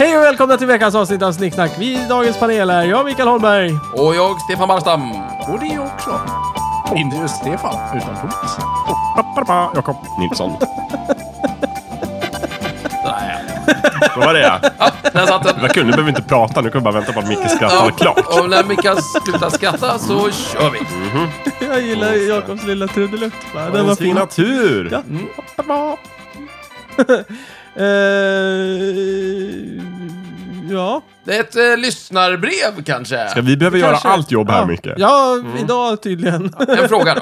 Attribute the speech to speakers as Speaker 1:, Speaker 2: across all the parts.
Speaker 1: välkomna till veckans avsnitt av Snicksnack. Vi i dagens panel är jag, Mikael Holmberg.
Speaker 2: Och jag, Stefan Barstam.
Speaker 3: Och det också. Inte just Stefan, utan Thomas.
Speaker 4: Jakob Nilsson. Vad var det ja.
Speaker 2: Där satt den.
Speaker 4: Det var kul, nu behöver vi inte prata, nu kan vi bara vänta på att Micke skrattar klart.
Speaker 2: Och när Mikael slutar skratta så kör vi.
Speaker 1: Jag gillar Jakobs lilla trudelutt. va? Den var
Speaker 4: Vad
Speaker 1: fin.
Speaker 4: signatur!
Speaker 1: Ja. Eh, ja.
Speaker 2: Det är ett eh, lyssnarbrev kanske.
Speaker 4: Ja, vi behöver
Speaker 1: Kanske.
Speaker 4: göra allt jobb här
Speaker 1: ja. Mm.
Speaker 4: Micke.
Speaker 1: Ja, idag tydligen.
Speaker 2: En fråga då.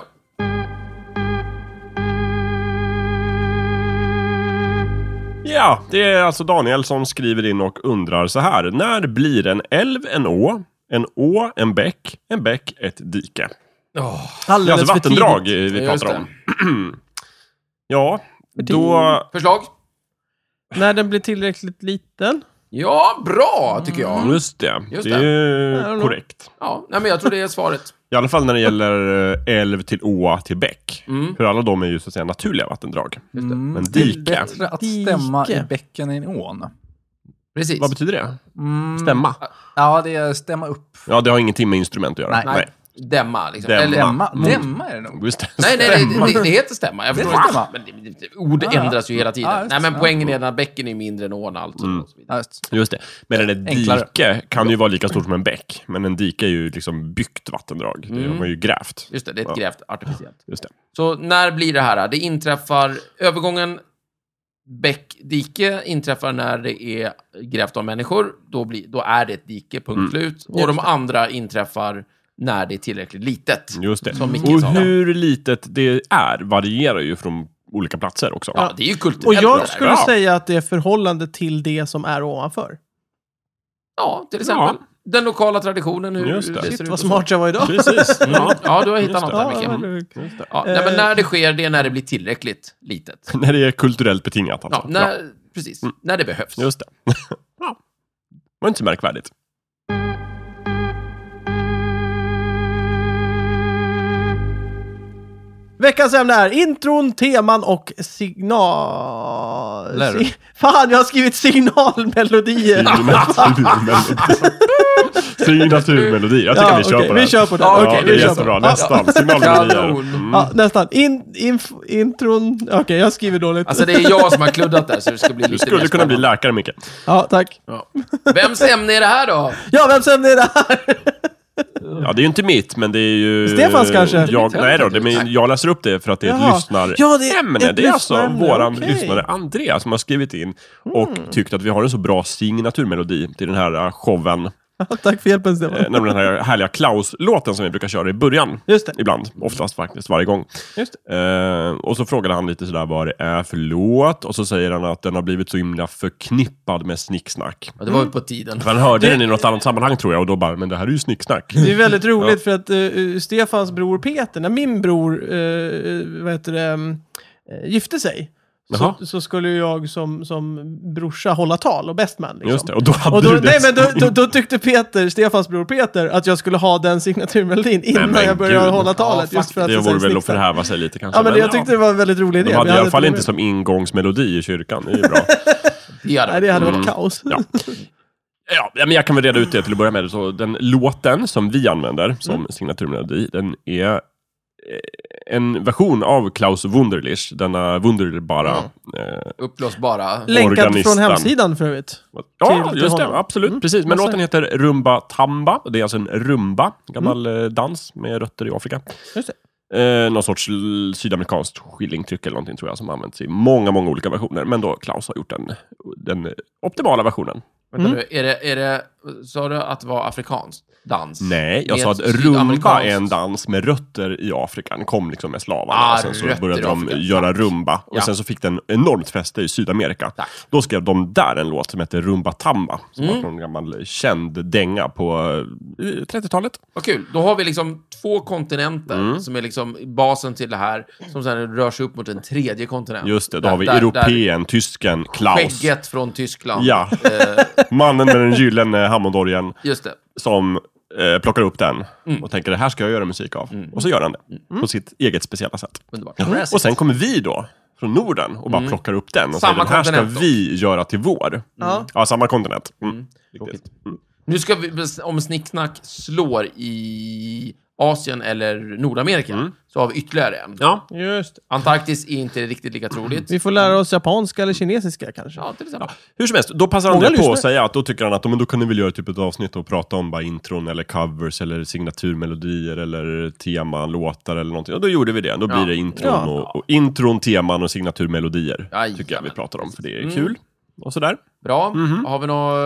Speaker 4: Ja, det är alltså Daniel som skriver in och undrar så här. När blir en älv en å? En å, en bäck, en bäck, ett dike.
Speaker 2: Åh,
Speaker 4: Det är
Speaker 1: Alldeles
Speaker 4: alltså
Speaker 1: för tidigt.
Speaker 4: vattendrag eh, vi
Speaker 2: Ja, just
Speaker 4: pratar om.
Speaker 2: det.
Speaker 4: Ja,
Speaker 1: tidigt.
Speaker 4: då...
Speaker 2: Förslag?
Speaker 1: När den blir tillräckligt liten.
Speaker 2: Ja, bra tycker
Speaker 3: Mm.
Speaker 2: jag.
Speaker 4: Just det,
Speaker 2: Just
Speaker 4: det är
Speaker 2: det.
Speaker 4: ju
Speaker 1: I don't know.
Speaker 4: korrekt.
Speaker 2: Ja, nej, men jag tror det är svaret.
Speaker 4: I alla fall när det gäller eh, älv till å till bäck.
Speaker 2: Mm.
Speaker 4: För alla de är ju så att säga naturliga vattendrag. Men
Speaker 3: Det är
Speaker 4: dike,
Speaker 3: Bättre att
Speaker 1: Dike.
Speaker 3: stämma i bäcken än i ån.
Speaker 2: Precis.
Speaker 4: vad betyder det?
Speaker 3: Mm,
Speaker 4: Stämma?
Speaker 3: Ja, det är stämma upp.
Speaker 4: Ja, det har ingenting med instrument att göra.
Speaker 3: Nej.
Speaker 2: Dämma liksom.
Speaker 4: Dämma.
Speaker 2: Eller,
Speaker 3: Dämma, dämma är det nog.
Speaker 4: Just det.
Speaker 2: Nej, nej, nej, det, det heter stämma. Jag
Speaker 3: Det
Speaker 2: förstår
Speaker 3: är
Speaker 2: inte.
Speaker 3: stämma.
Speaker 2: Men det, det, det, ord
Speaker 3: Ja, ja.
Speaker 2: ändras ju hela tiden.
Speaker 3: Ja, just
Speaker 2: nej,
Speaker 3: det.
Speaker 2: men poängen är att bäcken är mindre än ån alltså. Och så
Speaker 3: Ja,
Speaker 2: vidare.
Speaker 3: just.
Speaker 4: Just det. Men en
Speaker 3: Enklare.
Speaker 4: dike kan ju vara lika stort som en bäck. Men en dike är ju liksom byggt vattendrag. Det har man ju grävt.
Speaker 2: Mm. Just det, det är ett grävt artificiellt.
Speaker 4: Just det.
Speaker 2: Så när blir det här? Det inträffar, övergången bäck-dike inträffar när det är grävt av människor. Då, blir, då är det ett dike, punkt
Speaker 4: Mm.
Speaker 2: slut. Och de andra inträffar när det är tillräckligt litet.
Speaker 4: Just det.
Speaker 2: Som Micke
Speaker 4: Och
Speaker 2: sa.
Speaker 4: hur litet det är varierar ju från olika platser också.
Speaker 2: Ja, det är ju kulturellt.
Speaker 1: Och
Speaker 2: bra där.
Speaker 1: jag skulle
Speaker 4: Ja.
Speaker 1: säga att det är förhållande till det som är ovanför.
Speaker 2: Ja, till exempel. Den lokala traditionen, hur
Speaker 4: Just det.
Speaker 2: det,
Speaker 4: Shit,
Speaker 2: ser ut.
Speaker 1: Vad
Speaker 2: och så. Mm.
Speaker 1: smart jag var idag.
Speaker 4: Precis. Ja.
Speaker 2: Ja, du har hittat
Speaker 4: Just
Speaker 2: något
Speaker 4: det.
Speaker 2: där,
Speaker 1: Ja,
Speaker 2: Micke.
Speaker 1: vad
Speaker 2: Mm.
Speaker 1: lugnt.
Speaker 4: Just det.
Speaker 2: Ja, nej, men
Speaker 1: eh,
Speaker 2: när det sker, det är när det blir tillräckligt litet.
Speaker 4: När det är kulturellt betingat alltså.
Speaker 2: Ja, när, precis. När det behövs.
Speaker 4: Ja, Mm. Just det. ja. var inte så märkvärdigt.
Speaker 1: Veckans ämne är intron, teman och signal...
Speaker 3: Lär du?
Speaker 1: Si- Fan, jag har skrivit signalmelodier!
Speaker 4: Signaturmelodi. Jag tycker
Speaker 1: Ja,
Speaker 4: vi kör
Speaker 1: okej,
Speaker 4: på det.
Speaker 1: vi kör på det.
Speaker 4: Ja,
Speaker 1: Okej,
Speaker 4: det
Speaker 1: vi
Speaker 4: är
Speaker 1: kör på
Speaker 4: jättebra.
Speaker 1: det.
Speaker 4: Nästan. Signalmelodier.
Speaker 2: Kanon.
Speaker 4: Mm.
Speaker 1: Ja, nästan. In, inf, intron... Okej, jag skriver dåligt.
Speaker 2: Alltså, det är jag som har kluddat där, så det ska bli
Speaker 4: Du
Speaker 2: lite mer
Speaker 4: skulle kunna bli
Speaker 2: spännande.
Speaker 4: läkare, Micke.
Speaker 1: Ja, tack.
Speaker 2: Vems ämne är det här då?
Speaker 1: Ja, vems ämne är det här?
Speaker 4: Ja, det är ju inte mitt, men det är ju...
Speaker 1: Stefans kanske?
Speaker 4: Jag, nej då, det, men jag läser upp det för att det är ett
Speaker 1: Jaha.
Speaker 4: lyssnarämne.
Speaker 1: Ja, det är ett
Speaker 4: det är alltså
Speaker 1: lyssnarämne,
Speaker 4: våran
Speaker 1: okej. Mm.
Speaker 4: lyssnare Andrea som har skrivit in och tyckt att vi har en så bra signaturmelodi till den här eh, showen.
Speaker 1: Ja, tack för hjälpen, Stefan.
Speaker 4: Eh, nämligen den här härliga Klaus-låten som vi brukar köra i början.
Speaker 1: Just det.
Speaker 4: Ibland, oftast faktiskt, varje gång.
Speaker 1: Just
Speaker 4: Eh, och så frågade han lite sådär vad det är för låt och så säger han att den har blivit så himla förknippad med snicksnack.
Speaker 2: Ja, det var ju på tiden.
Speaker 4: Han hörde den i något annat sammanhang tror jag och då bara, men det här är ju snicksnack.
Speaker 1: Det är väldigt roligt för att eh, eh, Stefans bror Peter, när min bror, uh, vad heter det, mm, eh, gifte sig,
Speaker 4: Jaha.
Speaker 1: så, så skulle ju jag som, som brorsa hålla tal och best man. Liksom.
Speaker 4: Just det, och då hade
Speaker 1: Och då,
Speaker 4: du det.
Speaker 1: nej, men då, då, då tyckte Peter, Stefans bror Peter, att jag skulle ha den signaturmelodin innan
Speaker 4: men
Speaker 1: jag började
Speaker 4: gud.
Speaker 1: hålla talet.
Speaker 2: Ja,
Speaker 1: just för att
Speaker 4: det vore
Speaker 1: sen Alltså,
Speaker 4: väl att
Speaker 1: snicksnack.
Speaker 4: förhäva sig lite kanske.
Speaker 1: Ja, men jag tyckte det var en väldigt rolig idé.
Speaker 4: Alltså,
Speaker 1: Vi
Speaker 4: de hade i alla fall
Speaker 1: problem.
Speaker 4: inte som ingångsmelodi i kyrkan, det är ju bra.
Speaker 2: Ja, det-
Speaker 1: Nej, det hade varit kaos.
Speaker 4: Mm. Ja. Ja, men jag kan väl reda ut det till att börja med. Så den låten som vi använder som
Speaker 1: Mm.
Speaker 4: signaturmelodi, den är eh, en version av Klaus Wunderlich, denna wunderbara... Eh,
Speaker 2: Uppblåsbara.
Speaker 1: Länkat från
Speaker 4: Organistan.
Speaker 1: hemsidan för övrigt.
Speaker 4: ja,
Speaker 1: till
Speaker 4: just det.
Speaker 1: honom. Mm.
Speaker 4: Absolut. Precis. Men
Speaker 1: vad
Speaker 4: låten heter Rumba Tamba. Det är alltså en rumba, en gammal eh, dans med rötter i Afrika.
Speaker 1: Mm. Just
Speaker 4: Eh, någon sorts l- sydamerikanskt skillingtryck eller någonting tror jag, som använts i många, många olika versioner. Men då Klaus har gjort den, den optimala versionen.
Speaker 2: Vänta nu, är det, är det, sa du att det var afrikansk dans?
Speaker 4: Nej, jag
Speaker 2: Med
Speaker 4: sa att rumba
Speaker 2: sydamerikansk-
Speaker 4: är en dans med rötter i Afrika. Den kom liksom med slavarna.
Speaker 2: Ah,
Speaker 4: och sen så
Speaker 2: rötter
Speaker 4: började
Speaker 2: i
Speaker 4: de
Speaker 2: Afrika.
Speaker 4: göra rumba. Och
Speaker 2: Ja.
Speaker 4: sen så fick den enormt fäste i Sydamerika.
Speaker 2: Tack. Mm.
Speaker 4: Då skrev de där en låt som hette Rumba Tamba. Som var någon gammal känd dänga på eh, 30-talet.
Speaker 2: Vad kul. Då har vi liksom två kontinenter
Speaker 4: Mm.
Speaker 2: som är liksom basen till det här, som sen rör sig upp mot en tredje kontinent.
Speaker 4: Just det, då
Speaker 2: Där-
Speaker 4: har vi
Speaker 2: där-
Speaker 4: europeen, tysken,
Speaker 2: där
Speaker 4: Klaus.
Speaker 2: Skägget från Tyskland.
Speaker 4: Ja,
Speaker 2: Eh,
Speaker 4: mannen med den gyllene hammondorgeln
Speaker 2: just det.
Speaker 4: som eh, plockar upp den
Speaker 2: Mm.
Speaker 4: och tänker det här ska jag göra musik av. Och så gör han det på sitt eget speciella sätt.
Speaker 2: Underbart. Mm.
Speaker 4: Och sen kommer vi då från Norden och bara plockar upp den och
Speaker 2: Samma
Speaker 4: säger den här ska
Speaker 2: kontinent då."
Speaker 4: vi göra till vår.
Speaker 1: Ja.
Speaker 4: Ja, samma kontinent. Mm.
Speaker 2: Mm.
Speaker 4: Riktigt.
Speaker 2: Nu ska vi, om Snicksnack slår i Asien eller Nordamerika,
Speaker 4: Mm.
Speaker 2: så har vi ytterligare en.
Speaker 4: Ja,
Speaker 1: Just det.
Speaker 2: Antarktis är inte riktigt lika troligt.
Speaker 1: Vi får lära oss japanska eller kinesiska kanske.
Speaker 2: Ja, till exempel.
Speaker 4: hur som helst, då passar han
Speaker 1: Många
Speaker 4: det på
Speaker 1: lyssnar.
Speaker 4: att säga att då tycker han att "Ja, men då kan ni väl göra typ ett avsnitt och prata om bara intron eller covers eller signaturmelodier eller teman, låtar eller någonting. Och då gjorde vi det. Då blir
Speaker 2: Ja.
Speaker 4: det intron,
Speaker 1: Ja.
Speaker 4: och, och intron, teman och signaturmelodier.
Speaker 2: Jajamän.
Speaker 4: Tycker jag vi pratar om, för det är
Speaker 2: Mm.
Speaker 4: kul. Och sådär.
Speaker 2: Bra.
Speaker 4: Mhm.
Speaker 2: Har vi nå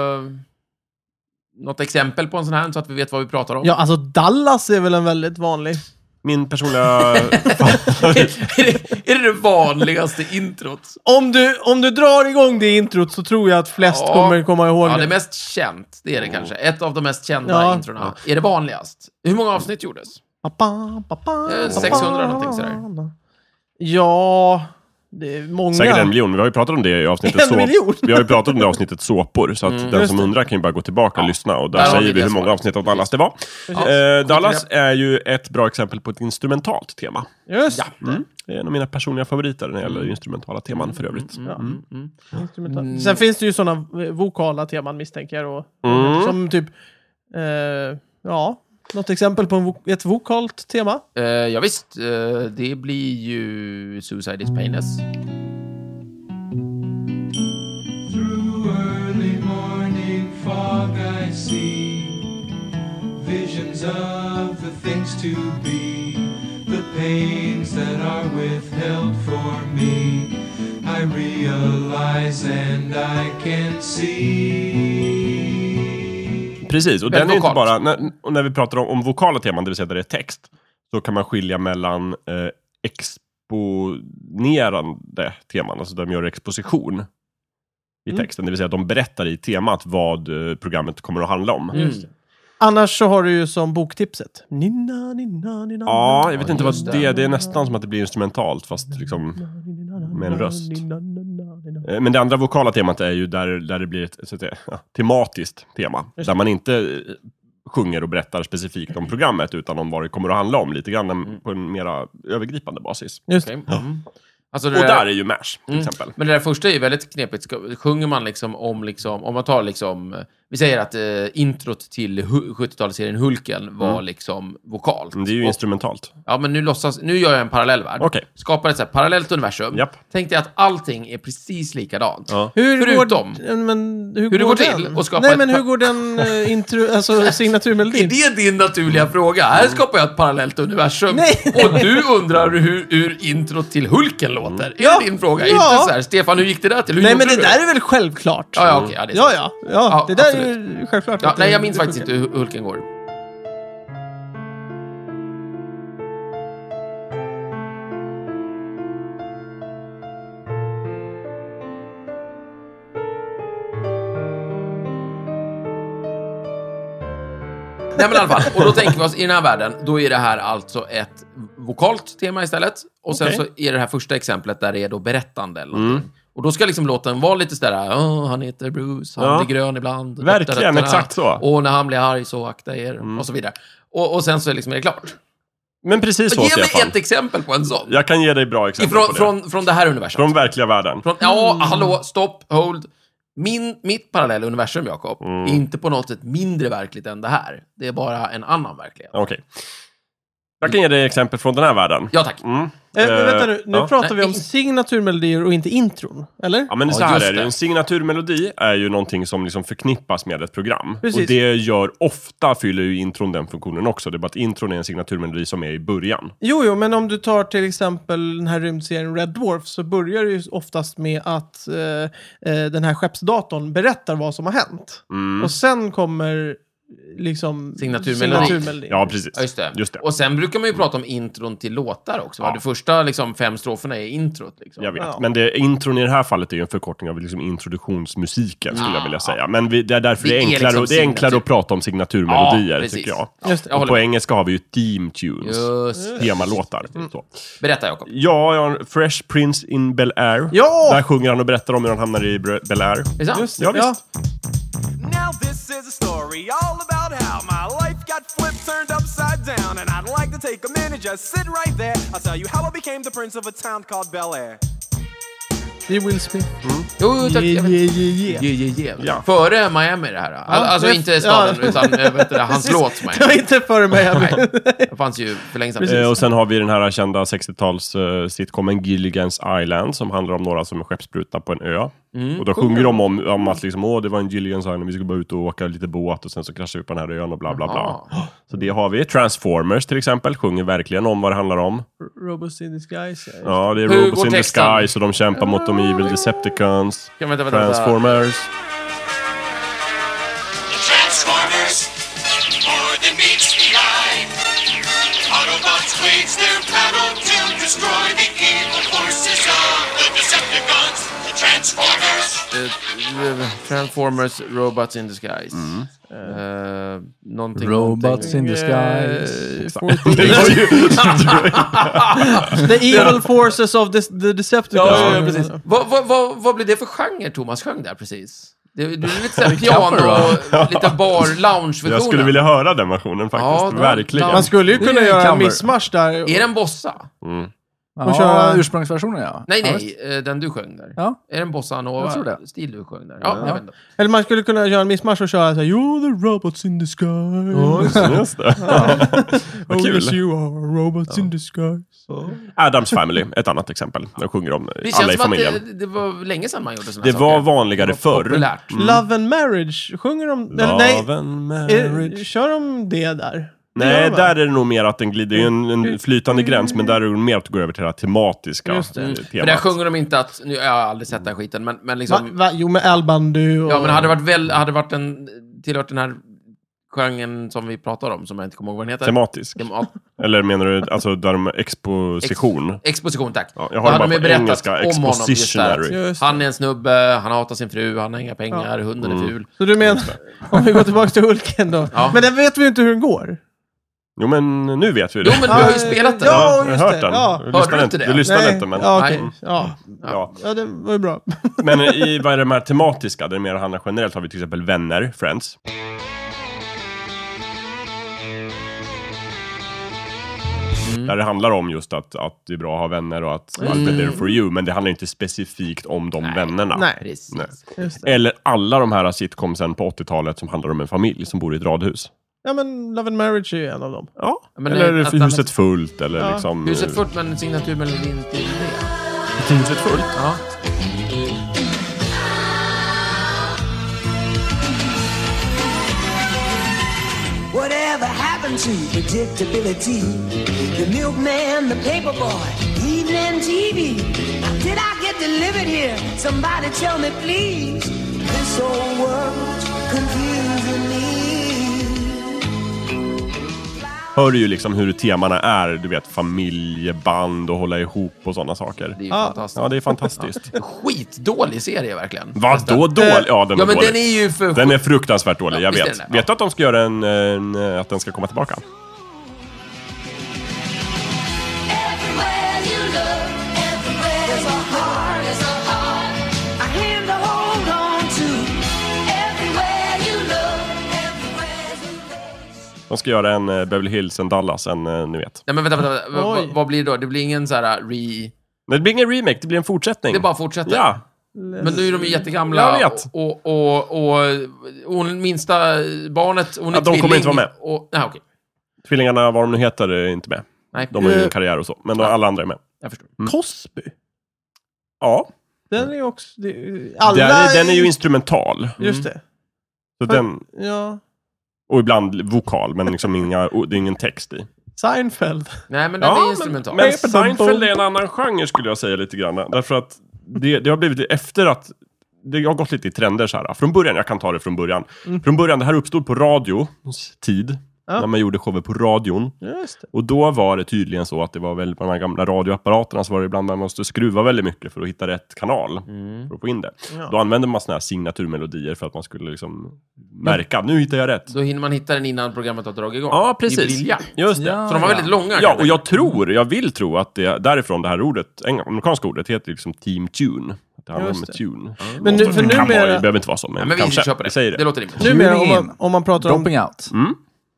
Speaker 2: något exempel på en sån här, så att vi vet vad vi pratar om?
Speaker 1: Ja, alltså Dallas är väl en väldigt vanlig.
Speaker 4: Min personliga...
Speaker 2: är, det, är det det vanligaste introt?
Speaker 1: Om du, om du drar igång det introt så tror jag att flest
Speaker 2: Ja.
Speaker 1: kommer komma ihåg
Speaker 2: Ja, det
Speaker 1: det.
Speaker 2: är mest känt. Det är det kanske. Ett av de mest kända
Speaker 1: Ja.
Speaker 2: introna. Är det vanligast? Hur många avsnitt gjordes?
Speaker 1: Pa, pa, pa, pa,
Speaker 2: Eh,
Speaker 1: pa,
Speaker 2: 600
Speaker 1: pa,
Speaker 2: någonting sådär.
Speaker 1: Ja, det är många.
Speaker 4: Säkert en miljon. Vi har ju pratat om det i avsnittet
Speaker 1: En miljon?
Speaker 4: Vi har ju pratat om det i avsnittet såpor. Så att den
Speaker 1: Just
Speaker 4: som
Speaker 1: det.
Speaker 4: undrar kan ju bara gå tillbaka och lyssna. Och där,
Speaker 2: Där har vi
Speaker 4: säger vi
Speaker 2: det
Speaker 4: hur många
Speaker 2: svaret.
Speaker 4: avsnitt av Dallas det var.
Speaker 2: Ja.
Speaker 4: Eh, Dallas är ju ett bra exempel på ett instrumentalt tema.
Speaker 1: Just
Speaker 2: Ja.
Speaker 4: Mm. Det är en av mina personliga favoriter när det gäller instrumentala teman för övrigt.
Speaker 1: Ja.
Speaker 2: Mm, mm.
Speaker 1: Instrumental.
Speaker 2: Mm.
Speaker 1: Sen finns det ju sådana eh, vokala teman misstänker jag då.
Speaker 4: Mm.
Speaker 1: Som typ, eh, ja, något exempel på en vo- ett vokalt tema.
Speaker 2: Eh, ja, visst. Eh, det blir ju Suicide is painless.
Speaker 5: Through early morning fog, I see visions of the things to be, the pains that are withheld for me. I realize and I can see.
Speaker 4: Precis, och
Speaker 2: Men
Speaker 4: den är ju inte
Speaker 2: vokalt.
Speaker 4: bara... När, och när vi pratar om, om vokala teman, det vill säga där det är text, så kan man skilja mellan eh, exponerande teman, alltså där de gör exposition i
Speaker 1: Mm.
Speaker 4: texten, det vill säga att de berättar i temat vad eh, programmet kommer att handla om.
Speaker 2: Mm.
Speaker 1: Annars så har du ju som boktipset. Nina, nina, nina,
Speaker 4: Ja,
Speaker 1: nina,
Speaker 4: jag vet inte vad
Speaker 2: just
Speaker 4: det
Speaker 2: det.
Speaker 4: är. Det är nästan som att det blir instrumentalt, fast liksom...
Speaker 1: nina, nina, nina,
Speaker 4: med en röst.
Speaker 1: nina, nina, nina.
Speaker 4: Eh, Men det andra vokala temat är ju där, där det blir ett så att säga, ja, tematiskt tema.
Speaker 1: Just
Speaker 4: Där man inte eh, sjunger och berättar specifikt om programmet, utan om vad det kommer att handla om lite grann
Speaker 2: Mm.
Speaker 4: eh, på en mera övergripande basis.
Speaker 1: Just
Speaker 2: Okej. Mm. Alltså det
Speaker 4: Och där är ju MASH, till
Speaker 2: Mm.
Speaker 4: exempel.
Speaker 2: Men det där första är ju väldigt knepigt. Ska, sjunger man liksom om, liksom, om man tar liksom, eh, vi säger att eh, introt till hu- 70-talsserien Hulken var liksom vokalt.
Speaker 4: Mm. Men Det är ju
Speaker 2: Och-
Speaker 4: instrumentalt.
Speaker 2: Ja, men nu, låtsas, nu gör jag en parallell värld.
Speaker 4: Okej.
Speaker 2: Skapar ett så här parallellt universum.
Speaker 4: Japp.
Speaker 2: Tänk dig att allting är precis likadant.
Speaker 4: Ja.
Speaker 1: Hur
Speaker 2: Förutom-
Speaker 1: går, men, hur
Speaker 2: det går
Speaker 1: den?
Speaker 2: till att skapa
Speaker 1: Nej,
Speaker 2: ett
Speaker 1: men
Speaker 2: par-
Speaker 1: hur går den eh, intro, alltså
Speaker 2: Är
Speaker 1: signaturmelodin?
Speaker 2: det din naturliga fråga? Här skapar jag ett parallellt universum.
Speaker 1: Nej.
Speaker 2: Och du undrar hur, hur introt till Hulken låter. Är
Speaker 1: Ja.
Speaker 2: det din fråga?
Speaker 1: Ja.
Speaker 2: Inte så här, Stefan, hur gick det där till? Hur
Speaker 1: Nej,
Speaker 2: gjorde
Speaker 1: men det
Speaker 2: du?
Speaker 1: där är väl självklart?
Speaker 2: Ja, ja, okej. ja, det är sant.
Speaker 1: ja, ja, ja,
Speaker 2: Ja,
Speaker 1: det där är ju självklart.
Speaker 2: Ja,
Speaker 1: att
Speaker 2: nej,
Speaker 1: det-
Speaker 2: jag minns
Speaker 1: det
Speaker 2: faktiskt inte
Speaker 1: funkar.
Speaker 2: hur Hulken går. Nej men i alla fall, och då tänker vi oss i den här världen, då är det här alltså ett vokalt tema istället. Och sen
Speaker 1: Okej.
Speaker 2: så är det här första exemplet där det är då berättande eller
Speaker 4: Mm.
Speaker 2: någonting. Och då ska liksom låten vara lite sådär, "Åh, han heter Bruce, han
Speaker 4: Ja.
Speaker 2: blir grön ibland.
Speaker 4: Verkligen, exakt så. Mm.
Speaker 2: Och när han blir arg så akta er och så vidare. Och, och sen så är liksom är det klart.
Speaker 4: Men precis så,
Speaker 2: Men ge mig
Speaker 4: Stefan.
Speaker 2: ett exempel på en sån.
Speaker 4: Jag kan ge dig bra exempel på
Speaker 2: Ifrån,
Speaker 4: det.
Speaker 2: från, från det här universumet.
Speaker 4: Från verkliga världen.
Speaker 2: Från, ja, hallå, stopp, hold. Min, mitt parallella universum, Jakob,
Speaker 4: Mm.
Speaker 2: är inte på något sätt mindre verkligt än det här. Det är bara en annan verklighet.
Speaker 4: Okej. Jag kan ge dig exempel från den här världen.
Speaker 2: Ja, tack.
Speaker 4: Mm.
Speaker 1: Eh, men vänta
Speaker 4: Eh,
Speaker 1: nu, nu
Speaker 4: ja.
Speaker 1: pratar vi om
Speaker 2: Nej.
Speaker 1: signaturmelodier och inte intron, eller?
Speaker 4: Ja, men
Speaker 2: Ja,
Speaker 4: så här
Speaker 2: just
Speaker 4: är det.
Speaker 2: det.
Speaker 4: En signaturmelodi är ju någonting som liksom förknippas med ett program.
Speaker 1: Precis.
Speaker 4: Och det gör ofta, fyller ju intron den funktionen också. Det är bara att intron är en signaturmelodi som är i början.
Speaker 1: Jo, jo, men om du tar till exempel den här rymdserien Red Dwarf så börjar det ju oftast med att eh, eh, den här skeppsdatorn berättar vad som har hänt.
Speaker 4: Mm.
Speaker 1: Och sen kommer liksom
Speaker 2: Signaturmelodin.
Speaker 1: signaturmelodin.
Speaker 4: Ja, precis.
Speaker 2: Ja, just det.
Speaker 4: Just det.
Speaker 2: Och sen brukar man ju prata om intron till låtar också. va?
Speaker 4: Ja.
Speaker 2: De första liksom, fem stroferna är introt. Liksom.
Speaker 4: Jag vet.
Speaker 1: Ja.
Speaker 4: Men det, intron i det här fallet är ju en förkortning av liksom introduktionsmusiken, skulle jag vilja säga. Men vi, det är därför det är,
Speaker 2: Det är
Speaker 4: enklare,
Speaker 2: liksom
Speaker 4: det är enklare
Speaker 2: signatur-
Speaker 4: att prata om
Speaker 2: Ja,
Speaker 4: signaturmelodier,
Speaker 2: precis.
Speaker 4: tycker jag.
Speaker 2: Ja,
Speaker 1: Just det.
Speaker 2: jag
Speaker 4: Och
Speaker 2: håller
Speaker 4: på
Speaker 2: med.
Speaker 4: engelska har vi ju theme tunes,
Speaker 2: Just.
Speaker 4: temalåtar. typ Så.
Speaker 2: Berätta, Jakob.
Speaker 4: Ja, jag har en Fresh Prince in Bel Air.
Speaker 1: Ja!
Speaker 4: Där sjunger han och berättar om hur han hamnar i Bre- Bel Air.
Speaker 2: Är det sant?
Speaker 1: Just det.
Speaker 4: Ja, visst.
Speaker 6: Now this is a story all about how my life got flipped, turned upside down, and I'd like to take a minute, just sit right there. I'll tell you how I became the prince of a town called Bel Air.
Speaker 1: Det är Will Smith.
Speaker 2: Jo, jo, tack.
Speaker 1: Yeah,
Speaker 2: Jag
Speaker 1: yeah, yeah,
Speaker 2: vet.
Speaker 1: yeah.
Speaker 2: Ge, ge, ge.
Speaker 4: Ja.
Speaker 2: Före Miami det här. alltså
Speaker 1: det-
Speaker 2: inte staden,
Speaker 1: ja.
Speaker 2: utan eh, vet du, hans låt
Speaker 1: Det var
Speaker 2: Miami.
Speaker 1: inte före mig.
Speaker 2: Nej, det fanns ju för länge sedan.
Speaker 4: Eh, och sen har vi den här kända 60-tals eh, sitcomen Gilligan's Island som handlar om några som är skeppsbrutna på en ö.
Speaker 2: Mm.
Speaker 4: Och då sjunger de om, om att liksom, Åh, det var en Gilligan's Island, vi skulle bara ut och åka lite båt och sen så kraschar vi på den här ön och bla bla bla.
Speaker 2: Jaha.
Speaker 4: Så det har vi. Transformers till exempel sjunger verkligen om vad det handlar om.
Speaker 1: Robos in disguise. ja.
Speaker 4: Ja, det är
Speaker 2: Hur
Speaker 4: Robots
Speaker 2: går
Speaker 4: in the
Speaker 2: texten?
Speaker 4: Sky, så de kämpar mot de evil Decepticons.
Speaker 2: Kan vänta, vänta, vänta.
Speaker 4: Transformers.
Speaker 7: Transformers, more than meets the eye. Autobots wage their battle to destroy the evil forces of the Decepticons. The Transformers,
Speaker 2: Eh, eh, Transformers, Robots in Disguise. Eh, någonting,
Speaker 3: Robots
Speaker 2: någonting.
Speaker 3: in the skies.
Speaker 1: Eh, for- The evil forces of the, the Decepticons.
Speaker 2: Ja, ja, ja, precis. Vad, vad, vad, vad blir det för genre Thomas sjöng där precis? Det, det blir lite såhär piano, lite bar, lounge-versionen.
Speaker 4: Jag skulle vilja höra den versionen
Speaker 2: Ja,
Speaker 4: faktiskt.
Speaker 2: då-
Speaker 4: Verkligen.
Speaker 2: då-
Speaker 1: Man skulle ju
Speaker 3: Det är
Speaker 1: kunna
Speaker 3: en
Speaker 1: göra en
Speaker 3: cover.
Speaker 1: missmatch där.
Speaker 2: Är det en bossa?
Speaker 3: Ja,
Speaker 1: köra-
Speaker 3: ursprungsversionen ja.
Speaker 2: Nej,
Speaker 3: ja,
Speaker 2: nej, eh, den du sjöng där.
Speaker 3: Ja.
Speaker 2: Är det en bossa
Speaker 3: Jag tror det.
Speaker 2: nova-stil du sjöng där? Ja,
Speaker 3: Ja.
Speaker 2: jag vet inte.
Speaker 1: Eller man skulle kunna göra en missmatch och köra så här, You're the robots in the sky.
Speaker 4: Just det. Vad
Speaker 1: oh yes
Speaker 4: kul.
Speaker 1: you are, robots in the sky.
Speaker 4: Adams Family, ett annat exempel. De sjunger om
Speaker 2: Det
Speaker 4: alla
Speaker 2: känns
Speaker 4: i
Speaker 2: som att
Speaker 4: familjen.
Speaker 2: det, det var länge sedan man gjorde såna
Speaker 4: Det
Speaker 2: saker.
Speaker 4: var vanligare förr.
Speaker 2: Populärt.
Speaker 1: Love and marriage, sjunger de? Eller, nej,
Speaker 4: Love and
Speaker 1: är,
Speaker 4: marriage.
Speaker 1: kör de det där? Det gör
Speaker 4: eh, Nej,
Speaker 1: de va?
Speaker 4: där är det nog mer att den glider, det är ju en, en flytande gräns, men där är det nog mer att gå över till det här tematiska
Speaker 1: Just det.
Speaker 4: eh,
Speaker 2: Men där
Speaker 4: temat.
Speaker 2: sjunger de inte att, nu, jag har aldrig sett den skiten, men, men
Speaker 1: Va,
Speaker 2: liksom...
Speaker 1: va, jo, med Al Bundy och...
Speaker 2: Ja, men hade det varit väl, hade det varit en, tillhört den här genren som vi pratar om, som jag inte kommer ihåg vad den heter.
Speaker 4: Tematisk.
Speaker 2: Temat-
Speaker 4: Eller menar du alltså där de exposition?
Speaker 2: Exposition, tack.
Speaker 4: Ja, jag
Speaker 2: Då
Speaker 4: har det bara
Speaker 2: de ju
Speaker 4: på
Speaker 2: berättat
Speaker 4: engelska.
Speaker 2: om honom just där.
Speaker 4: Expositionary.
Speaker 1: Just det.
Speaker 2: Han är en snubbe, han hatar sin fru, han har inga pengar, hunden
Speaker 4: Mm.
Speaker 2: är ful.
Speaker 1: Så du menar, om vi går tillbaka till Hulken då.
Speaker 2: Ja.
Speaker 1: Men den vet vi ju inte hur den går.
Speaker 4: Jo, men nu vet vi det.
Speaker 2: Jo, men du har ju spelat den.
Speaker 1: Eh, Ja,
Speaker 4: jag
Speaker 1: just
Speaker 4: har
Speaker 1: det.
Speaker 4: hört den.
Speaker 1: Ja.
Speaker 4: Du lyssnade
Speaker 2: Hörde du
Speaker 4: inte,
Speaker 2: inte
Speaker 4: du
Speaker 2: det?
Speaker 4: lyssnade inte, men...
Speaker 1: Ja, okej.
Speaker 2: Nej.
Speaker 1: Ja.
Speaker 4: Ja.
Speaker 1: ja, det var ju bra.
Speaker 4: Men i, vad är det här tematiska? Det är mer handlar generellt har vi till exempel vänner, friends.
Speaker 1: Mm.
Speaker 4: Där det handlar om just att, att det är bra att ha vänner och att I'll be there for you. Men det handlar inte specifikt om de vännerna.
Speaker 1: Nej.
Speaker 2: Precis.
Speaker 4: Nej.
Speaker 1: Just det.
Speaker 4: Eller alla de här sitcomsen på 80-talet som handlar om en familj som bor i ett radhus.
Speaker 1: Ja, men Love and Marriage är ju en av dem.
Speaker 4: Ja,
Speaker 2: Men
Speaker 4: eller
Speaker 2: det- att
Speaker 4: huset
Speaker 2: alla-
Speaker 4: fullt eller
Speaker 1: Ja.
Speaker 4: liksom...
Speaker 2: Huset fullt, men signaturmelodin till det.
Speaker 4: Huset fullt.
Speaker 2: Ja.
Speaker 8: Whatever happened to predictability? The milkman, the paperboy, evening TV. Did I get delivered here? Somebody tell me, please. This whole world's confusing me.
Speaker 4: Hör ju liksom hur temana är. Du vet, familjeband och hålla ihop och sådana saker.
Speaker 2: Det är ju
Speaker 1: Ja.
Speaker 2: fantastiskt.
Speaker 4: Ja, det är fantastiskt.
Speaker 2: Skitdålig serie verkligen.
Speaker 4: Vad då dålig? Ja, den
Speaker 2: Eh, Ja,
Speaker 4: är
Speaker 2: men
Speaker 4: dålig.
Speaker 2: den är ju för...
Speaker 4: Den är fruktansvärt dålig,
Speaker 2: Ja,
Speaker 4: jag
Speaker 2: visst
Speaker 4: vet.
Speaker 2: är den det.
Speaker 4: Vet du att de ska göra en, en eh, att den ska komma tillbaka?
Speaker 8: Everywhere you look, everywhere there's a heart, there's a heart. A hand to hold on to. Everywhere you look, everywhere you look.
Speaker 4: De ska göra en eh, Beverly Hills, en Dallas, en, eh, ni vet.
Speaker 2: Nej, men vänta, vänta. v-
Speaker 1: Oj.
Speaker 2: v- Vad blir det då? Det blir ingen så här re...
Speaker 4: Men det blir ingen remake, det blir en fortsättning.
Speaker 2: Det bara fortsätter.
Speaker 4: Ja,
Speaker 2: Men nu är de ju jättegamla.
Speaker 4: Jag vet.
Speaker 2: Och, och, och, och hon, minsta barnet, hon är
Speaker 4: Ja, de kommer
Speaker 2: tvilling
Speaker 4: inte vara med.
Speaker 2: Och, nej, okej.
Speaker 4: tvillingarna, vad de nu heter, är inte med.
Speaker 2: Nej,
Speaker 4: De har ju
Speaker 1: Eh.
Speaker 4: en karriär och så, men de- alla andra är med. Mm.
Speaker 2: jag förstår.
Speaker 1: Cosby.
Speaker 4: Ja,
Speaker 1: Den är ju också... Det, alla...
Speaker 4: den, är- den är ju instrumental.
Speaker 1: Just det.
Speaker 4: Så den,
Speaker 1: Ja.
Speaker 4: och ibland vokal, men liksom inga, o- det är ingen text i.
Speaker 1: Seinfeld.
Speaker 2: Nej, men den
Speaker 4: Ja,
Speaker 2: är
Speaker 4: men-
Speaker 2: instrumental.
Speaker 4: Men Seinfeld är en annan genre skulle jag säga lite grann. Därför att det, det har blivit efter att det har gått lite i trender så här. Från början, jag kan ta det från början. Från början, det här uppstod på radions tid.
Speaker 1: Ja.
Speaker 4: När man gjorde shower på radion.
Speaker 1: Just det.
Speaker 4: Och då var det tydligen så att det var väl på de här gamla radioapparaterna så var det ibland man måste skruva väldigt mycket för att hitta rätt kanal. För att få in det. Då använde man såna här signaturmelodier för att man skulle liksom märka, nu hittar jag rätt.
Speaker 2: Då hinner man hitta den innan programmet har dragit igång.
Speaker 4: Ja,
Speaker 2: Det är
Speaker 4: precis.
Speaker 2: briljant.
Speaker 4: Just det.
Speaker 2: Så de var väldigt långa.
Speaker 4: Ja, och jag tror, jag vill tro att det är därifrån det här ordet, eng- amerikanska ordet, heter liksom Team Tune. Att det handlar om
Speaker 1: Just det.
Speaker 4: tune.
Speaker 1: Men nu, för
Speaker 4: Det kan vara, det
Speaker 1: numera,
Speaker 4: behöver inte vara så, men,
Speaker 2: Nej, men vi
Speaker 4: kanske.
Speaker 2: köper det.
Speaker 4: Jag säger
Speaker 2: Det
Speaker 4: det.
Speaker 2: låter rimligt.
Speaker 1: numera om, man, om man pratar om
Speaker 3: Dropping out.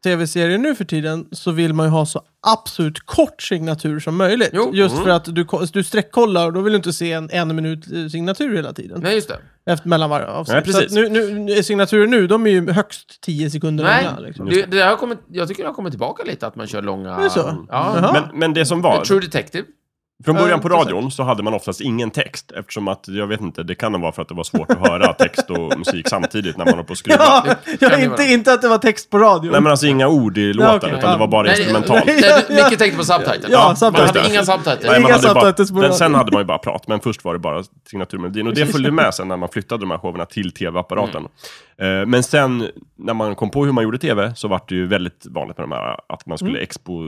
Speaker 1: tv-serier nu för tiden så vill man ju ha så absolut kort signatur som möjligt.
Speaker 2: Jo.
Speaker 1: Just
Speaker 4: Mm.
Speaker 1: för att du, ko- du sträckkollar och då vill du inte se en en minut eh, signatur hela tiden.
Speaker 2: Nej, just det.
Speaker 1: Efter mellan varje avsnitt.
Speaker 4: Nej,
Speaker 1: så att
Speaker 4: precis.
Speaker 1: nu, nu, nu, signaturer nu, de är ju högst 10 sekunder
Speaker 2: Nej,
Speaker 1: långa. Liksom.
Speaker 2: det, det där har kommit, jag tycker det har kommit tillbaka lite att man kör långa...
Speaker 1: Är det så?
Speaker 2: Ja.
Speaker 1: Jaha.
Speaker 4: Men, men det som var...
Speaker 2: True Detective.
Speaker 4: Från
Speaker 1: Ja,
Speaker 4: början på
Speaker 1: precis.
Speaker 4: radion så hade man oftast ingen text eftersom att, jag vet inte, det kan vara för att det var svårt att höra text och musik samtidigt när man håller på och skruva.
Speaker 1: Ja,
Speaker 2: kan
Speaker 1: ja,
Speaker 2: det
Speaker 1: inte,
Speaker 2: vara.
Speaker 1: inte att det var text på radio.
Speaker 4: Nej men alltså inga ord i låten
Speaker 1: Nej, okej.
Speaker 4: utan det var bara
Speaker 2: Nej,
Speaker 4: instrumentalt.
Speaker 1: nej,
Speaker 2: nej,
Speaker 1: Ja, ja.
Speaker 2: Micke tänkte på subtitle.
Speaker 1: Ja,
Speaker 2: man
Speaker 1: subtitle.
Speaker 2: hade inga subtitle.
Speaker 4: Nej,
Speaker 1: Inga
Speaker 4: man hade bara,
Speaker 1: subtitles på
Speaker 4: den,
Speaker 1: radion.
Speaker 4: sen hade man ju bara prat, men först var det bara signaturmelodin. Och det följde med sen när man flyttade de här showerna till tv-apparaten. Eh, Men sen när man kom på hur man gjorde tv så var det ju väldigt vanligt med de här att man skulle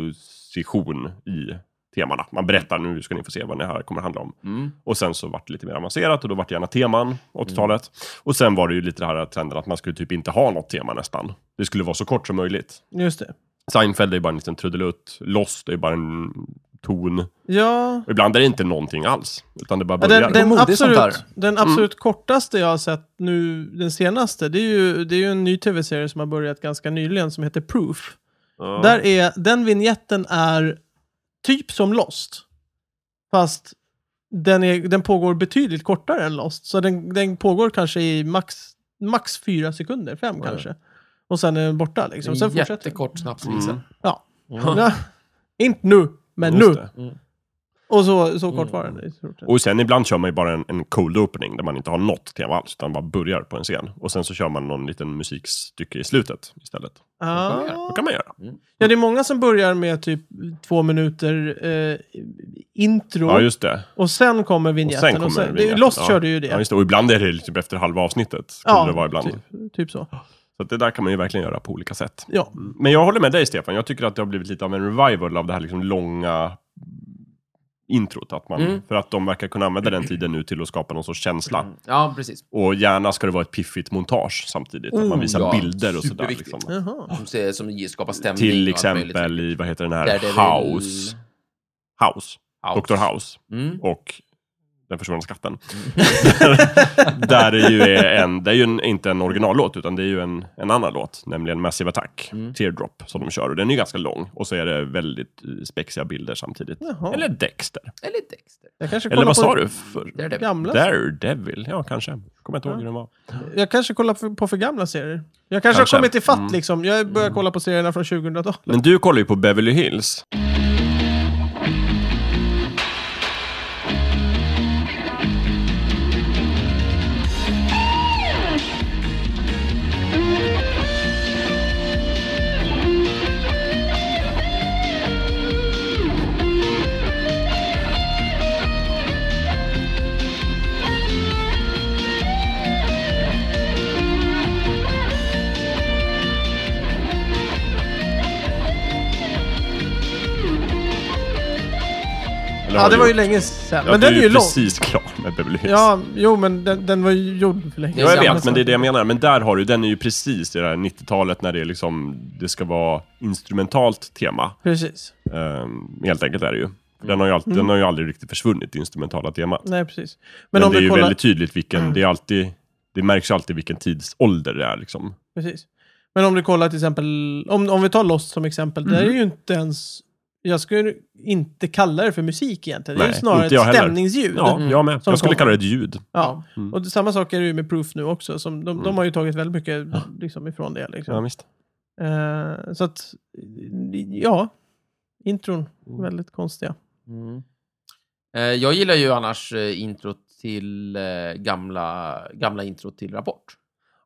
Speaker 4: exposition i temana. Man berättar nu ska ni få se vad det här kommer handla om. Och sen så var det lite mer avancerat och då var det gärna teman, 80-talet. Och sen var det ju lite det här trenden att man skulle typ inte ha något tema nästan. Det skulle vara så kort som möjligt.
Speaker 1: Just det.
Speaker 4: Seinfeld är ju bara en liten trudelutt. Lost är ju bara en ton.
Speaker 1: Ja,
Speaker 4: Och ibland är det inte någonting alls, utan det bara
Speaker 1: ja
Speaker 4: börjar.
Speaker 1: den,
Speaker 3: Det är
Speaker 1: den,
Speaker 3: modigt sånt
Speaker 1: absolut, den absolut kortaste jag har sett nu, den senaste, det är ju, det är ju en ny tv-serie som har börjat ganska nyligen som heter Proof.
Speaker 4: Ja.
Speaker 1: Där är, den vignetten är typ som Lost. Fast den, är, den pågår betydligt kortare än Lost. Så den, den pågår kanske i max, max fyra sekunder, fem kanske. Och sen är den borta liksom. Sen fortsätter den.
Speaker 2: Jättekort snapsvisa.
Speaker 4: Mm.
Speaker 1: Ja. ja. Inte nu, men
Speaker 4: Just
Speaker 1: nu.
Speaker 4: det.
Speaker 1: Och så,
Speaker 4: Mm.
Speaker 1: så kort var den. i stort sett.
Speaker 4: Och sen ibland kör man ju bara en, en cold opening där man inte har något tema alls, utan bara börjar på en scen. Och sen så kör man någon liten musikstycke i slutet istället.
Speaker 1: Ah.
Speaker 4: Då kan man göra.
Speaker 1: Ja, det är många som börjar med typ två minuter eh, intro.
Speaker 4: Ja, just det.
Speaker 1: och sen kommer
Speaker 4: Och
Speaker 1: vignetten.
Speaker 4: sen kommer
Speaker 1: Och sen, det är-
Speaker 4: vignetten.
Speaker 1: Lost
Speaker 4: ja.
Speaker 1: körde ju det.
Speaker 4: Ja, just det. Och ibland är det typ efter halva avsnittet. Ja, det vara ibland.
Speaker 1: Typ, typ så.
Speaker 4: Så att det där kan man ju verkligen göra på olika sätt.
Speaker 1: Ja.
Speaker 4: Men jag håller med dig Stefan, jag tycker att det har blivit lite av en revival av det här liksom långa introt. Att man,
Speaker 1: Mm.
Speaker 4: För att de verkar kunna använda den tiden nu till att skapa någon sorts känsla.
Speaker 2: Ja, precis.
Speaker 4: Och gärna ska det vara ett piffigt montage samtidigt. att man
Speaker 2: Oh,
Speaker 4: visar
Speaker 2: ja.
Speaker 4: bilder och sådär.
Speaker 2: Superviktigt.
Speaker 4: Liksom.
Speaker 1: Jaha.
Speaker 2: Som, ser- som ger- skapar stämning.
Speaker 4: Till
Speaker 2: och allt möjligt.
Speaker 4: exempel i, vad heter den här,
Speaker 2: Daredevil.
Speaker 4: House. House. Dr. House.
Speaker 2: Mm.
Speaker 4: Och Den försvunna skatten.
Speaker 2: Mm.
Speaker 4: där är ju en, det är ju en, inte en originallåt, utan det är ju en, en annan låt, nämligen Massive Attack,
Speaker 2: Mm.
Speaker 4: Teardrop, som de kör. Och den är ju ganska lång. Och så är det väldigt eh, spexiga bilder samtidigt.
Speaker 1: Jaha.
Speaker 4: Eller Dexter.
Speaker 2: Eller Dexter.
Speaker 1: Jag kanske
Speaker 4: Eller
Speaker 1: kollar
Speaker 4: vad
Speaker 1: på
Speaker 4: sa du? För,
Speaker 2: Där är det.
Speaker 1: Gamla
Speaker 4: Daredevil? Ja, kanske. Kommer inte ihåg hur den var.
Speaker 1: Jag kanske kollar för, på för gamla serier. Jag kanske,
Speaker 4: Kanske. Mm.
Speaker 1: har kommit ifatt liksom. Jag börjar kolla på serierna från 2000-talet.
Speaker 4: Men du kollar ju på Beverly Hills. Eller
Speaker 1: Ja,
Speaker 4: har
Speaker 1: det
Speaker 4: du
Speaker 1: var ju
Speaker 4: gjort?
Speaker 1: länge sedan.
Speaker 4: Ja,
Speaker 1: men
Speaker 4: du
Speaker 1: den är ju lång.
Speaker 4: precis klar med Beverly Hills.
Speaker 1: Ja, jo, men den, den var ju gjord för länge alltså.
Speaker 2: Ja,
Speaker 4: Ja, jag
Speaker 2: Samma
Speaker 4: vet, men det är det jag menar. Men där har du, den är ju precis i det här 90-talet när det är liksom, det ska vara instrumentalt tema.
Speaker 1: Precis.
Speaker 4: Ehm, helt enkelt är det ju. Den har ju, alltid, den har ju aldrig riktigt försvunnit, det instrumentala temat. Men,
Speaker 1: Nej, precis. Mm. Men, om
Speaker 4: det är
Speaker 1: vi
Speaker 4: ju
Speaker 1: kollar... Mm.
Speaker 4: väldigt tydligt vilken, det är alltid, det märks ju alltid vilken tidsålder det är liksom.
Speaker 1: Precis. Men om du kollar till exempel... Om, om vi tar Lost som exempel. Det
Speaker 4: Mhm.
Speaker 1: är ju inte ens... Jag skulle inte kalla det för musik egentligen. det är ju
Speaker 4: Nej,
Speaker 1: snarare
Speaker 4: inte jag
Speaker 1: ett
Speaker 4: heller.
Speaker 1: stämningsljud.
Speaker 4: Ja, Mm. jag med.
Speaker 1: Mm. Som
Speaker 4: Jag skulle
Speaker 1: kommer.
Speaker 4: kalla det ett ljud.
Speaker 1: Ja. Och det, samma sak är det ju med Proof nu också. Som de,
Speaker 4: Mm.
Speaker 1: de har ju tagit väldigt mycket liksom, ifrån det. Liksom.
Speaker 4: Ja, visst.
Speaker 1: Eh, så att, ja. Intron,
Speaker 4: Mm.
Speaker 1: väldigt konstiga.
Speaker 2: Eh, Jag gillar ju annars eh, introt till eh, gamla, gamla introt till Rapport.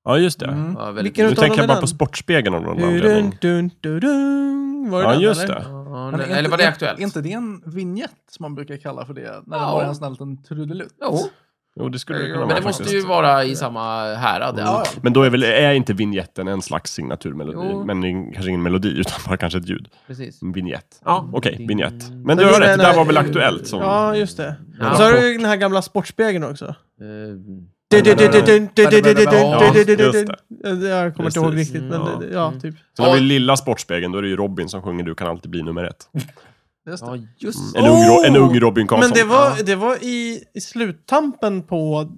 Speaker 4: Ja, just det.
Speaker 2: Det var väldigt-
Speaker 1: Mm. Vilken
Speaker 4: Nu
Speaker 1: utav
Speaker 4: tänker
Speaker 1: dem är
Speaker 4: jag bara
Speaker 1: den?
Speaker 4: på Sportspegeln av någon anledning.
Speaker 1: Dun, dun, dun, dun. Var det
Speaker 4: Ja,
Speaker 1: den,
Speaker 4: just
Speaker 1: eller?
Speaker 4: det.
Speaker 2: Ja,
Speaker 3: Men är
Speaker 2: Eller
Speaker 3: inte-
Speaker 2: var det
Speaker 3: är-
Speaker 2: aktuellt?
Speaker 3: Är inte det en vignett som man brukar kalla för det? När
Speaker 2: Ja.
Speaker 3: det var en snäll liten trudelutt?
Speaker 2: Jo,
Speaker 4: Jo, det skulle det kunna
Speaker 2: men
Speaker 4: vara
Speaker 2: det måste ju
Speaker 4: faktiskt.
Speaker 2: vara i samma härad.
Speaker 3: Ja,
Speaker 2: Ja.
Speaker 3: ja.
Speaker 4: Men då är väl, är inte vignetten en slags signaturmelodi?
Speaker 2: Jo.
Speaker 4: Men det är kanske ingen melodi, utan bara kanske ett ljud.
Speaker 2: Precis.
Speaker 4: En vignett. Ja, okej, vignett. Men du
Speaker 1: Men
Speaker 4: har
Speaker 1: det
Speaker 4: rätt, det där
Speaker 1: menar-
Speaker 4: var väl aktuellt som...
Speaker 1: Ja, just det.
Speaker 2: Ja.
Speaker 1: Och så har du ju den här gamla sportspegeln också.
Speaker 2: Eh,
Speaker 1: Dun, dun, dun, dun, dun, dun, dun, dun, dun,
Speaker 2: Ja,
Speaker 1: dun, dun, dun,
Speaker 4: just
Speaker 1: dun. Jag kommer inte ihåg
Speaker 4: Precis.
Speaker 1: riktigt, men
Speaker 4: Ja.
Speaker 1: det- ja, typ.
Speaker 4: Sen har vi lilla Sportspegeln, då är det ju Robin som sjunger Du kan alltid bli nummer ett. Mm.
Speaker 3: Just
Speaker 2: Ja,
Speaker 3: det.
Speaker 2: just
Speaker 4: En, ung, Ro- en
Speaker 1: Oh!
Speaker 4: ung Robin Karlsson.
Speaker 1: Men det var, det var i, i sluttampen på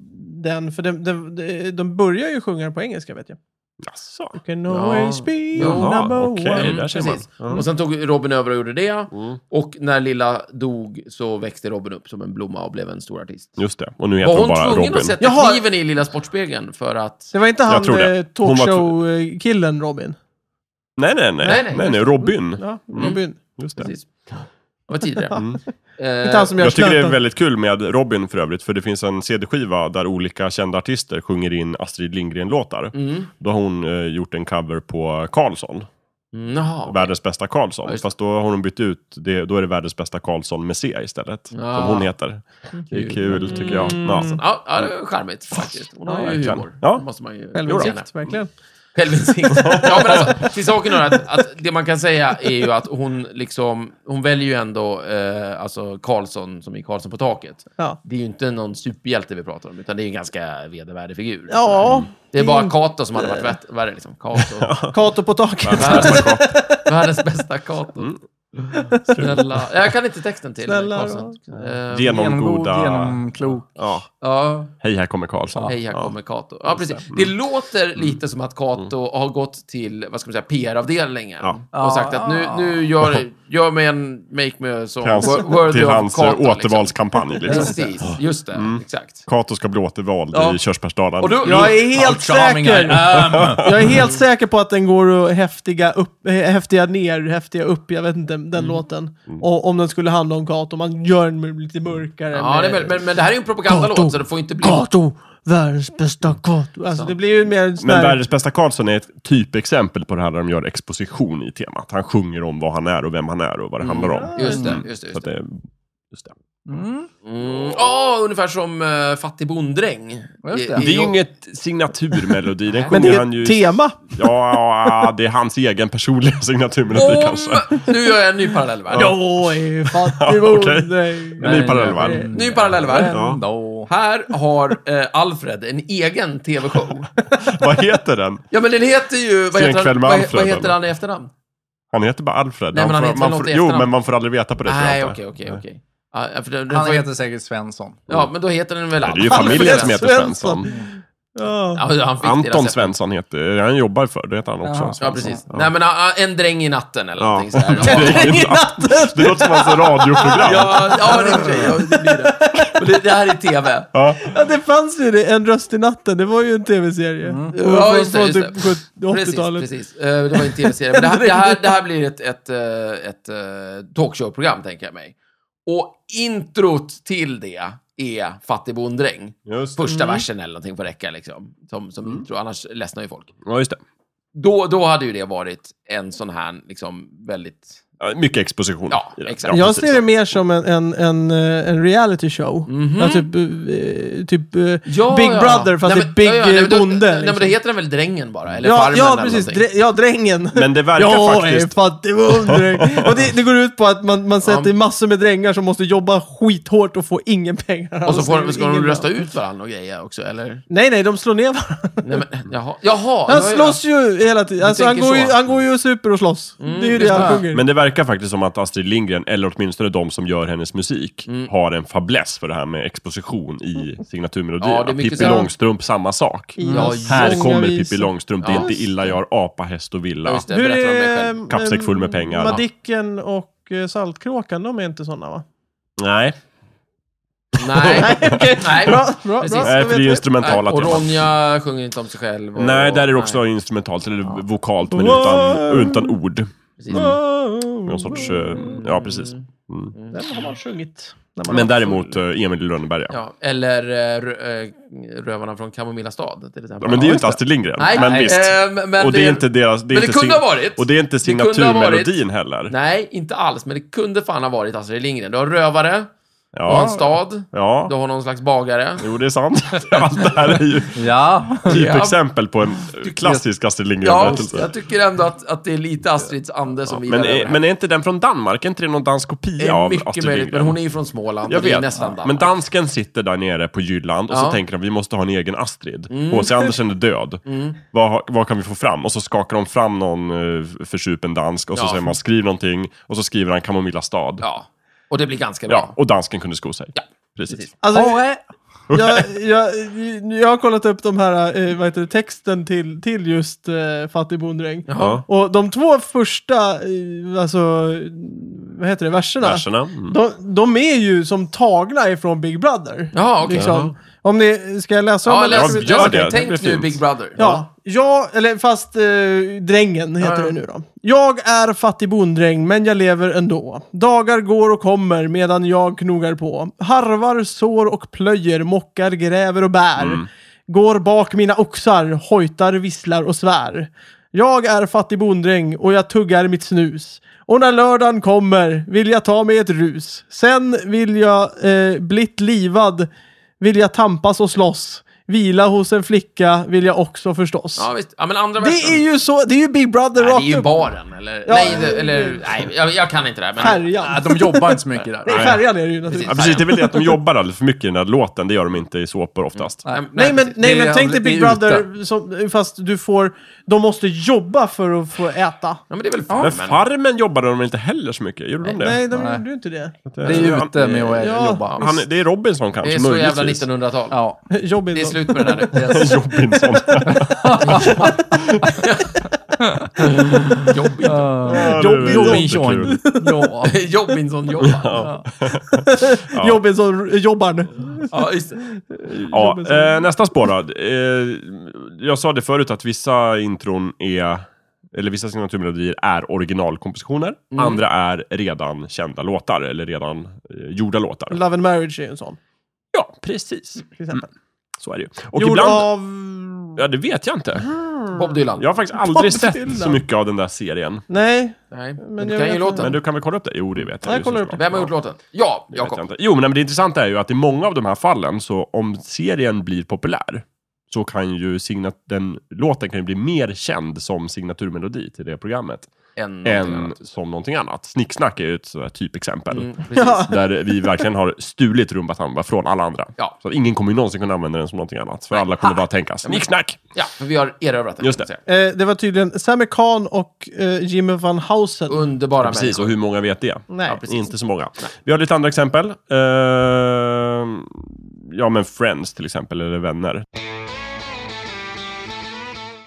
Speaker 1: den, för de, de, de, de börjar ju sjunga den på engelska, vet jag.
Speaker 4: Jaså?
Speaker 1: Can always be
Speaker 4: Jaha,
Speaker 1: number
Speaker 4: okej.
Speaker 1: one.
Speaker 4: där ser
Speaker 2: Precis.
Speaker 4: man. Mm.
Speaker 2: Och sen tog Robin över och gjorde det. Och när lilla dog så växte Robin upp som en blomma och blev en stor artist.
Speaker 4: Just det. Och nu
Speaker 2: Var
Speaker 4: heter hon
Speaker 2: hon
Speaker 4: bara
Speaker 2: tvungen
Speaker 4: Robin.
Speaker 2: att sätta
Speaker 1: Jaha.
Speaker 2: kniven i lilla Sportspegeln för att...
Speaker 1: Det var inte
Speaker 4: Jag
Speaker 1: han
Speaker 4: tror det.
Speaker 1: eh,
Speaker 4: Hon var Mm. tro-
Speaker 1: talkshow-killen Robin?
Speaker 4: Nej, nej, nej.
Speaker 2: Nej,
Speaker 4: nej,
Speaker 2: nej,
Speaker 4: nej,
Speaker 2: just
Speaker 4: Robin.
Speaker 1: Ja, Robin.
Speaker 4: Just det.
Speaker 2: Precis. Det var tidigare. Eh,
Speaker 1: Inte han som gör
Speaker 4: Jag tycker det är
Speaker 1: snöten.
Speaker 4: väldigt kul med Robin för övrigt, för det finns en CD-skiva där olika kända artister sjunger in Astrid Lindgren-låtar.
Speaker 2: mm.
Speaker 4: Då har hon eh, gjort en cover på Karlsson,
Speaker 2: Mm, Jaha.
Speaker 4: världens bästa Karlsson.
Speaker 2: Ja, just det.
Speaker 4: Fast då har hon bytt ut, det, då är det världens bästa Karlsson med C istället,
Speaker 2: Ah. Mm.
Speaker 4: som hon heter. Det är kul tycker jag. Ja.
Speaker 2: Ja, ja, det är charmigt faktiskt. Hon har ju
Speaker 4: verkligen.
Speaker 2: humor.
Speaker 4: Ja.
Speaker 2: Det måste man ju erkänna.
Speaker 1: Självinsikt, verkligen.
Speaker 2: Självinsikt. Ja, men alltså, till saken är att, att det man kan säga är ju att hon liksom, hon väljer ju ändå, eh, alltså Karlsson, som i Karlsson på taket.
Speaker 1: Ja.
Speaker 2: Det är ju inte någon superhjälte vi pratar om, utan det är ju en ganska vedervärdig figur.
Speaker 1: Ja,
Speaker 2: det är
Speaker 4: Mm.
Speaker 2: bara Kato som hade varit vett- värre liksom. Kato.
Speaker 1: Kato på taket.
Speaker 2: Världens, världens bästa Kato.
Speaker 4: Mm.
Speaker 2: Snälla. Jag kan inte texten till
Speaker 1: Snälla,
Speaker 2: Karlsson. Eh,
Speaker 4: Genomgoda...
Speaker 3: Genomklok.
Speaker 4: Ja.
Speaker 2: Ja.
Speaker 4: Hej, här kommer Karlsson.
Speaker 2: Hej, här kommer Kato. Ja, precis. Det låter lite som att Kato har gått till, vad ska man säga, PR-avdelningen.
Speaker 3: Ja.
Speaker 2: Och sagt att nu, nu gör, gör mig en, make me som
Speaker 4: Hans,
Speaker 2: wor- worthy
Speaker 4: till
Speaker 2: of
Speaker 4: hans
Speaker 2: Kato.
Speaker 4: eh,
Speaker 2: liksom.
Speaker 4: återvalskampanj. Liksom.
Speaker 2: Precis, just det. Exakt.
Speaker 4: Kato ska bli återvald
Speaker 2: Ja.
Speaker 4: i körsbärsdalen.
Speaker 2: Och då,
Speaker 1: Jag är helt
Speaker 3: Charming
Speaker 1: säker.
Speaker 3: I am.
Speaker 1: Jag är helt säker på att den går att häftiga, upp, eh, häftiga ner, häftiga upp, jag vet inte,
Speaker 2: Mm.
Speaker 1: den låten. Och, om den skulle handla om Kato, man gör den lite mörkare.
Speaker 2: ja, det, är väl- men, men det här är ju en propagandalåt, så det får inte bli...
Speaker 1: Kato, världens bästa Kato. Alltså det blir ju mer en sån
Speaker 4: Men
Speaker 1: här...
Speaker 4: Världens bästa Karlsson är ett typexempel på det här där de gör exposition i temat. Han sjunger om vad han är och vem han är och vad det handlar om.
Speaker 2: Mm. Just det, just det.
Speaker 4: Så
Speaker 2: Just
Speaker 4: att
Speaker 2: det.
Speaker 4: det, just det.
Speaker 2: Mm. Ja, ungefär som uh, Fattig bonddräng.
Speaker 3: Just det.
Speaker 4: det är ju inget signaturmelodi. Den
Speaker 1: Men
Speaker 4: sjunger
Speaker 1: det
Speaker 4: han
Speaker 1: är
Speaker 4: ju...
Speaker 1: ett tema.
Speaker 4: Ja, det är hans egen personliga signaturmelodi kanske.
Speaker 2: Om... Nu gör jag en ny parallellvärld.
Speaker 1: Jag är fattig
Speaker 4: Ja, okej.
Speaker 1: bonde.
Speaker 4: En ny
Speaker 3: Eh,
Speaker 4: parallellvärld.
Speaker 2: Ny parallellvärld.
Speaker 4: Ja.
Speaker 3: Då.
Speaker 2: Här har eh, Alfred en egen tv-show.
Speaker 4: Vad heter den?
Speaker 2: Ja, men den heter ju... Vad
Speaker 4: Sen
Speaker 2: heter
Speaker 4: kväll
Speaker 2: han,
Speaker 4: med
Speaker 2: vad,
Speaker 4: Alfred,
Speaker 2: vad heter
Speaker 4: eller?
Speaker 2: han i efternamn?
Speaker 4: Han heter bara Alfred.
Speaker 2: Nej, men han
Speaker 4: får,
Speaker 2: heter väl något
Speaker 4: får,
Speaker 2: i
Speaker 4: jo,
Speaker 2: efternamn?
Speaker 4: men man får aldrig veta på det. tror jag
Speaker 2: Nej,
Speaker 4: inte.
Speaker 2: okej, okej, okej. Ja, för den- den
Speaker 3: Han
Speaker 2: får-
Speaker 3: heter säkert Svensson.
Speaker 2: Ja, men då heter den väl
Speaker 4: Det är ju
Speaker 2: Alfred.
Speaker 4: familjen som heter
Speaker 1: Svensson.
Speaker 4: Svensson.
Speaker 1: Ja.
Speaker 2: Ja, han fick
Speaker 4: Anton
Speaker 2: deras-
Speaker 4: Svensson heter Han jobbar för, det heter han också.
Speaker 3: Jaha.
Speaker 4: Svensson.
Speaker 2: Ja, precis. Nej, men ah, ah, en dräng i natten eller
Speaker 4: Ja.
Speaker 2: någonting sådär.
Speaker 4: Det
Speaker 2: Ja.
Speaker 4: är inte- Det låter som hans radioprogram.
Speaker 2: Ja, ja, det är okej. Ja, det blir det. Och det, det här är tv.
Speaker 4: Ja.
Speaker 1: Ja, det fanns ju det. En röst i natten. Det var ju en tv-serie.
Speaker 2: Mm. Ja, just det,
Speaker 1: Från
Speaker 2: just
Speaker 1: typ
Speaker 2: det.
Speaker 1: 70-
Speaker 2: Precis,
Speaker 1: 80-talet.
Speaker 2: precis. Eh, det var en tv-serie. Men det här, det här, det här blir ett, ett, eh, ett eh, talkshow-program, tänker jag mig. Och introt till det är Fattig bonddräng.
Speaker 4: Just,
Speaker 2: Första
Speaker 1: Mm.
Speaker 2: versen eller någonting får räcka, liksom. Som, som intro, annars ledsnar ju folk.
Speaker 4: ja, just det.
Speaker 2: Då, då hade ju det varit en sån här, liksom, väldigt...
Speaker 4: Ja, Mycket exposition.
Speaker 2: Ja,
Speaker 4: i
Speaker 2: exakt.
Speaker 1: jag
Speaker 4: precis.
Speaker 1: ser det mer som en, en, en, eh, en reality show.
Speaker 2: Mhm.
Speaker 1: Ja, typ eh, typ eh, Big Brother fast det är Big
Speaker 2: nej, men då-
Speaker 1: eh, Bonde.
Speaker 2: Nej, men
Speaker 1: liksom.
Speaker 2: då heter den väl Drängen bara? Eller
Speaker 1: ja,
Speaker 2: Farmen
Speaker 1: ja,
Speaker 2: eller
Speaker 1: precis.
Speaker 2: någonting.
Speaker 1: Drä, ja, drängen.
Speaker 4: Men det verkar
Speaker 1: jag är
Speaker 4: faktiskt...
Speaker 1: fattig bonde. Och det, det går ut på att man, man sätter massor med drängar som måste jobba skithårt och få ingen pengar
Speaker 2: Och så
Speaker 1: alls.
Speaker 2: får, de- ska
Speaker 1: Ingen
Speaker 2: de
Speaker 1: lön.
Speaker 2: rösta ut varandra och grejer också, eller?
Speaker 1: Nej, nej, de slår ner varandra.
Speaker 2: Nej, men, jaha. Jaha!
Speaker 1: Han
Speaker 2: ja, ja.
Speaker 1: slåss ju hela tiden. Alltså, han,
Speaker 2: tänker
Speaker 1: går ju,
Speaker 2: så. Mm,
Speaker 1: han går ju och super och slåss. det är ju det
Speaker 2: just det.
Speaker 1: han sjunger.
Speaker 4: Men det verkar faktiskt som att Astrid Lindgren, eller åtminstone de som gör hennes musik,
Speaker 2: Mm.
Speaker 4: har en fäbless för det här med exposition i signaturmelodierna.
Speaker 2: Ja, det är mycket
Speaker 4: Pippi
Speaker 2: så här-
Speaker 4: Långstrump, samma sak.
Speaker 1: Ja,
Speaker 4: Här
Speaker 1: långa
Speaker 4: Äh, kommer
Speaker 1: visor.
Speaker 4: Pippi Långstrump, det är
Speaker 2: Ja.
Speaker 4: inte illa, jag har apa, häst och villa.
Speaker 2: Just det,
Speaker 1: Hur
Speaker 2: berättar de mig
Speaker 1: är
Speaker 2: själv.
Speaker 1: eh,
Speaker 4: Kappsäck full med pengar.
Speaker 1: Madicken och eh, Saltkråkan, de är inte sådana va?
Speaker 4: Nej,
Speaker 2: Nej,
Speaker 1: Okej,
Speaker 2: Nej.
Speaker 1: bra, bra,
Speaker 2: Precis.
Speaker 1: bra.
Speaker 2: Nej,
Speaker 1: Då
Speaker 4: Nej
Speaker 1: vet
Speaker 4: för det är
Speaker 1: vi.
Speaker 4: ju instrumentala
Speaker 2: och
Speaker 4: teman.
Speaker 2: Äh, Ronja sjunger inte om sig själv. Och,
Speaker 4: Nej, där är det också
Speaker 2: Nej,
Speaker 4: instrumentalt, eller vokalt, men utan, utan ord.
Speaker 2: precis.
Speaker 4: Någon sorts, eh, ja precis. Mm.
Speaker 1: Den har man sjungit. när man
Speaker 4: Men
Speaker 1: var
Speaker 4: däremot eh, Emil i Lönneberga. Ja.
Speaker 2: Ja, eller eh, rö- eh, Rövarna från Kamomilla stad, till exempel.
Speaker 4: men det är ju inte Astrid Lindgren.
Speaker 2: Nej,
Speaker 4: men
Speaker 2: nej,
Speaker 4: visst.
Speaker 2: eh, men
Speaker 4: och det
Speaker 2: det-
Speaker 4: är inte deras... Det är
Speaker 2: men det
Speaker 4: inte
Speaker 2: kunde
Speaker 4: sing-
Speaker 2: ha varit.
Speaker 4: Och det är inte
Speaker 2: Det kunde ha
Speaker 4: signaturmelodin heller.
Speaker 2: Nej, inte alls, men det kunde fan ha varit Astrid Lindgren. Du har Rövare, du har en stad,
Speaker 4: Ja.
Speaker 2: du har någon slags bagare.
Speaker 4: Jo, det är sant. Allt det här är ju
Speaker 3: Ja.
Speaker 4: typexempel på en klassisk Astrid
Speaker 2: Ja,
Speaker 4: Lindgren-berättelse.
Speaker 2: jag tycker ändå att, att det är lite Astrids ande som
Speaker 4: men,
Speaker 2: vilar över
Speaker 4: är,
Speaker 2: här.
Speaker 4: men är inte den från Danmark? Är inte det någon dansk
Speaker 2: det
Speaker 4: kopia
Speaker 2: är
Speaker 4: av
Speaker 2: mycket
Speaker 4: Astrid
Speaker 2: möjligt,
Speaker 4: Lindgren?
Speaker 2: men hon är ju från Småland.
Speaker 4: Jag
Speaker 2: och det är
Speaker 4: vet.
Speaker 2: nästan Danmark.
Speaker 4: Men dansken sitter där nere på Jylland och
Speaker 2: Ja. Mm.
Speaker 4: så tänker de vi måste ha en egen Astrid. H.C. Andersen är död. Vad, har- vad kan vi få fram? Och så skakar de fram någon uh, försupen dansk och så
Speaker 2: Ja.
Speaker 4: säger man skriv någonting och så skriver han Kamomilla stad. Ja.
Speaker 2: Ja, och det blir ganska bra.
Speaker 4: och dansken kunde sko sig.
Speaker 2: Ja,
Speaker 4: Precis.
Speaker 1: Alltså, Jag, jag, jag har kollat upp de här, eh, vad heter det, texten till, till just eh, Fattig bonddräng.
Speaker 4: Ja.
Speaker 1: Och de två första, eh, alltså, vad heter det, verserna?
Speaker 4: Verserna. Mm.
Speaker 1: De, de är ju som tagna ifrån Big Brother.
Speaker 2: Ja, okej.
Speaker 1: Liksom. Om ni, ska jag läsa om
Speaker 2: Ja,
Speaker 1: eller?
Speaker 2: läs,
Speaker 4: Ja, gör
Speaker 2: läs-
Speaker 4: det. Det
Speaker 2: Tänk
Speaker 4: blir
Speaker 2: nu
Speaker 4: fint.
Speaker 2: Big Brother.
Speaker 1: Ja, jag, eller fast eh, drängen heter
Speaker 2: Ja, ja.
Speaker 1: det nu då. Jag är fattig bonddräng, men jag lever ändå. Dagar går och kommer medan jag knogar på. Harvar, sår och plöjer, mockar, gräver och bär.
Speaker 2: Mm.
Speaker 1: Går bak mina oxar, hojtar, visslar och svär. Jag är fattig bonddräng och jag tuggar mitt snus. Och när lördagen kommer vill jag ta mig ett rus. Sen vill jag eh, blitt livad, vill jag tampas och slåss. Vila hos en flicka vill jag också förstås.
Speaker 2: Ja, visst. Ja, men andra
Speaker 1: det
Speaker 2: versen.
Speaker 1: är ju så, det är ju Big Brother
Speaker 2: Nej,
Speaker 1: rakt
Speaker 2: det är ju
Speaker 1: upp.
Speaker 2: baren, eller?
Speaker 1: Ja,
Speaker 2: nej, det,
Speaker 1: det-
Speaker 2: eller, nej jag, jag kan inte det här. Men,
Speaker 1: Färjan.
Speaker 3: Ja, de jobbar inte så mycket där.
Speaker 1: Nej, färjan är det ju naturligtvis.
Speaker 4: Ja, precis, det är väl det att de jobbar alldeles för mycket i den här låten. Det gör de inte i såpor oftast.
Speaker 2: Mm. Nej,
Speaker 1: Nej men,
Speaker 2: precis.
Speaker 1: nej,
Speaker 3: det är-
Speaker 1: men tänk dig
Speaker 3: det är
Speaker 1: Big
Speaker 3: ute.
Speaker 1: Brother, som, fast du får, de måste jobba för att få äta.
Speaker 2: Ja, men det är väl fan,
Speaker 4: Men
Speaker 2: men-
Speaker 4: Farmen jobbade de inte heller så mycket. Gjorde de det?
Speaker 1: Nej, de
Speaker 3: Nej.
Speaker 1: gjorde ju inte det.
Speaker 4: Att, eh,
Speaker 3: Det är ju
Speaker 4: han-
Speaker 3: ute med att eh,
Speaker 1: Ja.
Speaker 3: jobba.
Speaker 4: Han, det är Robinson kanske,
Speaker 2: Det är så jävla
Speaker 4: möjligtvis.
Speaker 2: 1900-tal.
Speaker 3: Ja.
Speaker 1: Jobbigt.
Speaker 2: Det är
Speaker 1: då.
Speaker 2: slut på den här nu.
Speaker 4: Robinson.
Speaker 2: Jobbigt.
Speaker 1: Jobbigt.
Speaker 3: Robinson. Ja.
Speaker 2: Jobbinsson jobbar.
Speaker 1: Jobbigt som jobbaren.
Speaker 2: Ja, just det.
Speaker 4: Ja, eh, nästa spår då. Eh, jag sa det förut att vissa intron är, eller vissa signaturmelodier är originalkompositioner. Andra är redan kända låtar, eller redan eh, gjorda låtar.
Speaker 1: Love and Marriage är ju en sån.
Speaker 4: Ja, precis.
Speaker 1: Till exempel.
Speaker 4: Så är det ju. Och
Speaker 1: Gjord
Speaker 4: ibland...
Speaker 1: av...
Speaker 4: Ja, det vet jag inte.
Speaker 2: Bob Dylan.
Speaker 4: Jag har faktiskt
Speaker 1: Bob
Speaker 4: aldrig sett
Speaker 1: Dylan.
Speaker 4: så mycket av den där serien.
Speaker 1: Nej.
Speaker 2: Nej, men,
Speaker 1: jag
Speaker 2: du kan
Speaker 1: vet
Speaker 2: ju
Speaker 1: inte.
Speaker 2: låten.
Speaker 4: Men du kan väl kolla upp det? Jo, det vet jag.
Speaker 1: Jag
Speaker 4: ju
Speaker 1: kollar
Speaker 4: såklart.
Speaker 1: upp det.
Speaker 2: Vem har gjort låten? Ja,
Speaker 4: Det vet jag
Speaker 2: Jakob.
Speaker 4: inte. Jo, nej, men det intressanta är ju att i många av de här fallen, så om serien blir populär, så kan ju signat den låten kan ju bli mer känd som signaturmelodi till det programmet,
Speaker 2: En,
Speaker 4: än som någonting annat. Snicksnack är ju ett sådär typexempel.
Speaker 2: Mm, precis.
Speaker 4: Där vi verkligen har stulit rumbatamba från alla andra.
Speaker 2: Ja. Ah.
Speaker 4: Så att ingen kommer ju någonsin kunna använda den som någonting annat. För alla kommer bara tänka snicksnack.
Speaker 2: Ja, för vi har erövrat den.
Speaker 4: Just
Speaker 2: kan man säga.
Speaker 1: Eh, det var tydligen Sammy Kahn och eh, Jimmy Van Housen.
Speaker 2: Underbara
Speaker 4: Precis, och hur många vet det?
Speaker 1: Nej.
Speaker 2: ja, precis.
Speaker 4: Inte så många. Vi har lite andra exempel. Eh, ja, men Friends till exempel, eller Vänner.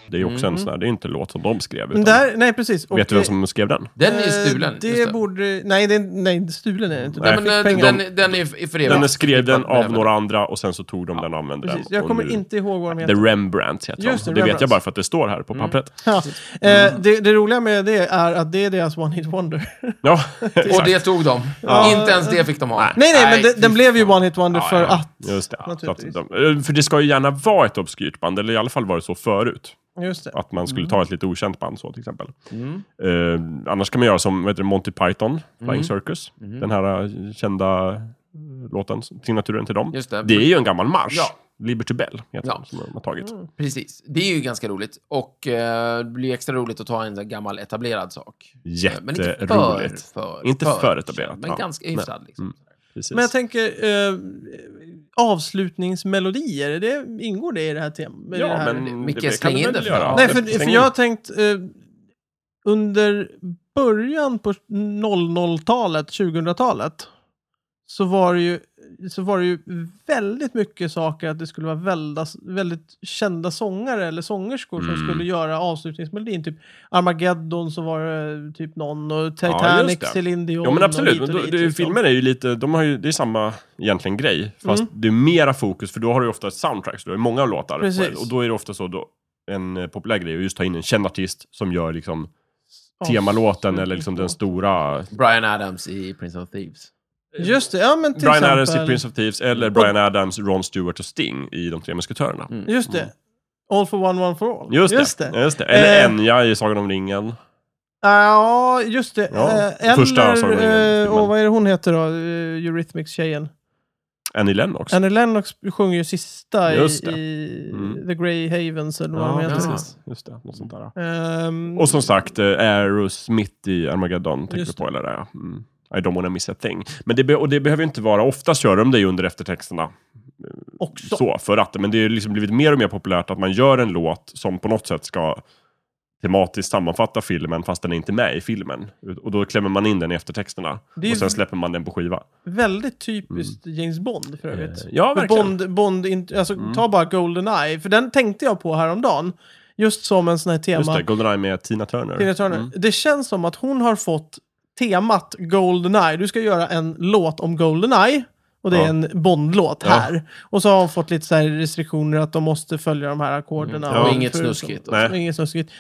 Speaker 4: Det är ju också en sån här, det är ju inte en låt som de skrev. Utan,
Speaker 1: Mm-hmm. Men där, nej, precis. Och
Speaker 4: vet du vem som skrev den?
Speaker 2: Den är ju
Speaker 1: eh,
Speaker 2: stulen.
Speaker 1: Det,
Speaker 2: just det.
Speaker 1: borde... Nej, det, nej, stulen är det inte.
Speaker 4: Nej,
Speaker 1: De
Speaker 2: Men,
Speaker 1: fick
Speaker 2: eh,
Speaker 1: pengar.
Speaker 2: den, den är i för evigt.
Speaker 4: Den är skriven
Speaker 2: förknippad med
Speaker 4: av
Speaker 2: det.
Speaker 4: några andra och sen så tog de den och använde
Speaker 1: Precis.
Speaker 4: den.
Speaker 1: Jag
Speaker 4: Och
Speaker 1: kommer
Speaker 4: nu-
Speaker 1: inte ihåg vad de
Speaker 4: The
Speaker 1: heter.
Speaker 4: Rembrandt heter
Speaker 1: Just det,
Speaker 4: de.
Speaker 1: Mm.
Speaker 4: Det vet jag
Speaker 1: Rembrandt.
Speaker 4: bara för att det står här på pappret.
Speaker 1: Ja.
Speaker 4: Mm.
Speaker 1: Eh, det, det roliga med det är att det är deras One Hit Wonder.
Speaker 4: Ja,
Speaker 2: Och det tog de. Inte ens det fick de ha.
Speaker 1: nej, nej, men den,
Speaker 2: fy
Speaker 1: den blev ju One Hit Wonder
Speaker 4: Ja,
Speaker 1: för
Speaker 4: ja,
Speaker 1: att...
Speaker 4: Just det. Så att
Speaker 1: Naturligtvis.
Speaker 4: de, eh, för det ska ju gärna vara ett obskyrt band, eller i alla fall var det så förut.
Speaker 1: Just det.
Speaker 4: Att man skulle
Speaker 1: Mm.
Speaker 4: ta ett lite okänt band så till exempel. Eh, annars kan man göra som vad heter det, Monty Python, Flying
Speaker 1: Mm.
Speaker 4: Circus. Den här eh, kända eh, låten, signaturen till dem.
Speaker 2: Just det.
Speaker 4: är ju en gammal marsch.
Speaker 2: Ja.
Speaker 4: Liberty Bell heter
Speaker 2: Ja.
Speaker 4: den som de har tagit.
Speaker 1: Mm.
Speaker 2: Precis. Det är ju ganska roligt. Och eh, det blir extra roligt att ta en sån här gammal etablerad sak. Eh, Men inte för,
Speaker 4: Jätteroligt.
Speaker 2: för,
Speaker 4: Inte för etablerat,
Speaker 2: Men
Speaker 4: ja. Mm.
Speaker 2: ganska hyfsad. Liksom.
Speaker 4: Precis.
Speaker 1: Men jag tänker, eh, avslutningsmelodier, är det, ingår det i det här temat?
Speaker 4: Ja,
Speaker 1: det här?
Speaker 4: men det-
Speaker 2: Micke,
Speaker 4: det kan
Speaker 2: släng
Speaker 4: du
Speaker 2: in
Speaker 4: väl
Speaker 2: det.
Speaker 4: göra.
Speaker 1: Nej, för,
Speaker 4: Släng
Speaker 1: för
Speaker 4: in.
Speaker 1: jag har tänkt eh, under början på 00-talet, 2000-talet, så var, det ju, så var det ju väldigt mycket saker att det skulle vara väldigt, väldigt kända sångare eller sångerskor
Speaker 4: Mm.
Speaker 1: som skulle göra avslutningsmelodin. Typ Armageddon så var det typ någon och Titanic,
Speaker 4: det.
Speaker 1: Celine Dion.
Speaker 4: Ja men absolut,
Speaker 1: och hit
Speaker 4: men
Speaker 1: och
Speaker 4: då,
Speaker 1: dit,
Speaker 4: det,
Speaker 1: liksom.
Speaker 4: filmer är ju lite, de har ju, det är samma egentligen grej. Fast
Speaker 1: Mm.
Speaker 4: det är mera fokus, för då har du ju ofta ett soundtrack, så du har ju många låtar.
Speaker 1: Precis.
Speaker 4: Och då är det ofta så, då, en eh, populär grej är just ta in en känd artist som gör liksom temalåten eller liksom den stora...
Speaker 2: Brian Adams i Prince of Thieves.
Speaker 1: Just det, ja men till
Speaker 4: Brian
Speaker 1: exempel.
Speaker 4: Adams i Prince of Thieves eller Brian Adams, Ron Stewart och Sting i De Tre Musketörerna.
Speaker 1: Just det. All for one, one for all.
Speaker 4: Mm. Just, det. Just det. Eller
Speaker 1: Eh,
Speaker 4: Enya i Sagan om ringen.
Speaker 1: Ja, just det.
Speaker 4: Ja,
Speaker 1: Eh,
Speaker 4: första Sagan om
Speaker 1: eller,
Speaker 4: ringen-filmen.
Speaker 1: eh, och vad är det hon heter då? Eh, Eurythmics-tjejen.
Speaker 4: Annie Lennox.
Speaker 1: Annie Lennox sjunger ju sista i,
Speaker 4: Just det.
Speaker 1: i
Speaker 4: Mm.
Speaker 1: The Grey Havens eller vad
Speaker 4: ja,
Speaker 1: de heter.
Speaker 4: precis. Just det. Något sånt där. ja.
Speaker 1: Ehm,
Speaker 4: Och som sagt, eh, Aerosmith i Armageddon tänker vi
Speaker 1: Just
Speaker 4: på, eller det. Mm. I don't wanna miss a thing. Men det, be- och det behöver ju inte vara, oftast gör de det ju under eftertexterna.
Speaker 1: också.
Speaker 4: Så, för att, men det har ju liksom blivit mer och mer populärt att man gör en låt som på något sätt ska tematiskt sammanfatta filmen fast den är inte med i filmen. Och då klämmer man in den i eftertexterna.
Speaker 1: Det är
Speaker 4: Och sen
Speaker 1: ju-
Speaker 4: släpper man den på skiva.
Speaker 1: Väldigt typiskt James Bond för övrigt.
Speaker 4: Mm. Eh, ja,
Speaker 1: För
Speaker 4: verkligen. Mm.
Speaker 1: Bond, Bond in, alltså, Ta bara Goldeneye, för den tänkte jag på häromdagen. Just som en sån här tema.
Speaker 4: Just det, Goldeneye med Tina Turner.
Speaker 1: Tina Turner. Det känns som att hon har fått temat Goldeneye. Du ska göra en låt om Goldeneye. Och det
Speaker 4: Ja.
Speaker 1: är en Bond-låt
Speaker 4: Ja.
Speaker 1: här. Och så har hon fått lite så här restriktioner att de måste följa de här ackorden.
Speaker 4: Mm. Ja.
Speaker 2: Och inget
Speaker 1: för-
Speaker 2: snuskigt.
Speaker 4: Nej.
Speaker 1: Och inget snuskigt.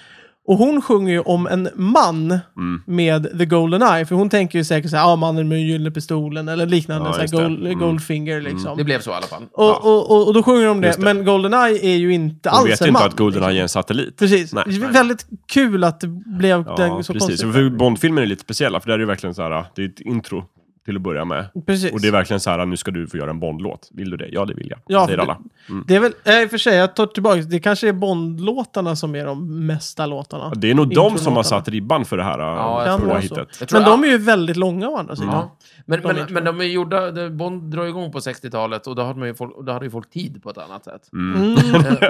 Speaker 1: Och hon sjunger ju om en man
Speaker 4: Mm.
Speaker 1: med The Golden Eye. För hon tänker ju säkert såhär, ah, mannen med den gyllene pistolen eller liknande.
Speaker 4: Ja,
Speaker 1: så här,
Speaker 4: just det. Mm.
Speaker 1: gold, Goldfinger liksom.
Speaker 2: Det blev så i alla fall.
Speaker 1: och, och, och, och då sjunger de det,
Speaker 4: Just det.
Speaker 1: men Golden Eye är ju inte
Speaker 4: Hon
Speaker 1: alls
Speaker 4: vet
Speaker 1: en
Speaker 4: ju inte
Speaker 1: man.
Speaker 4: att Goldeneye är en satellit.
Speaker 1: Precis.
Speaker 4: Nej,
Speaker 1: Det är
Speaker 4: nej.
Speaker 1: Väldigt kul att det blev den,
Speaker 4: Ja,
Speaker 1: så
Speaker 4: precis.
Speaker 1: konstigt.
Speaker 4: För Bondfilmer är lite speciella, för där är det verkligen så här, det är ett intro till att börja med.
Speaker 1: Precis.
Speaker 4: Och det är verkligen så här, nu ska du få göra en Bond-låt. Vill du det? Ja, det vill jag.
Speaker 1: Ja,
Speaker 4: säger
Speaker 1: för-
Speaker 4: alla. Mm.
Speaker 1: Det är väl, nej, i och för sig, jag tar tillbaka, det kanske är Bondlåtarna som är de mesta låtarna.
Speaker 4: Det är nog de som
Speaker 1: Introlåtarna.
Speaker 4: har satt ribban för det här ja,
Speaker 2: jag
Speaker 1: Kan
Speaker 2: tror
Speaker 4: stora
Speaker 1: vara så.
Speaker 4: hittet.
Speaker 2: Jag tror
Speaker 1: Men
Speaker 2: att-
Speaker 1: de är ju väldigt långa å andra sidan.
Speaker 4: Mm.
Speaker 2: Ja. Men,
Speaker 1: De är
Speaker 2: men,
Speaker 1: två.
Speaker 2: men de är gjorda, det- Bond drar igång på 60-talet och då hade, man ju folk, och då hade ju folk tid på ett annat sätt.
Speaker 4: Mm. Det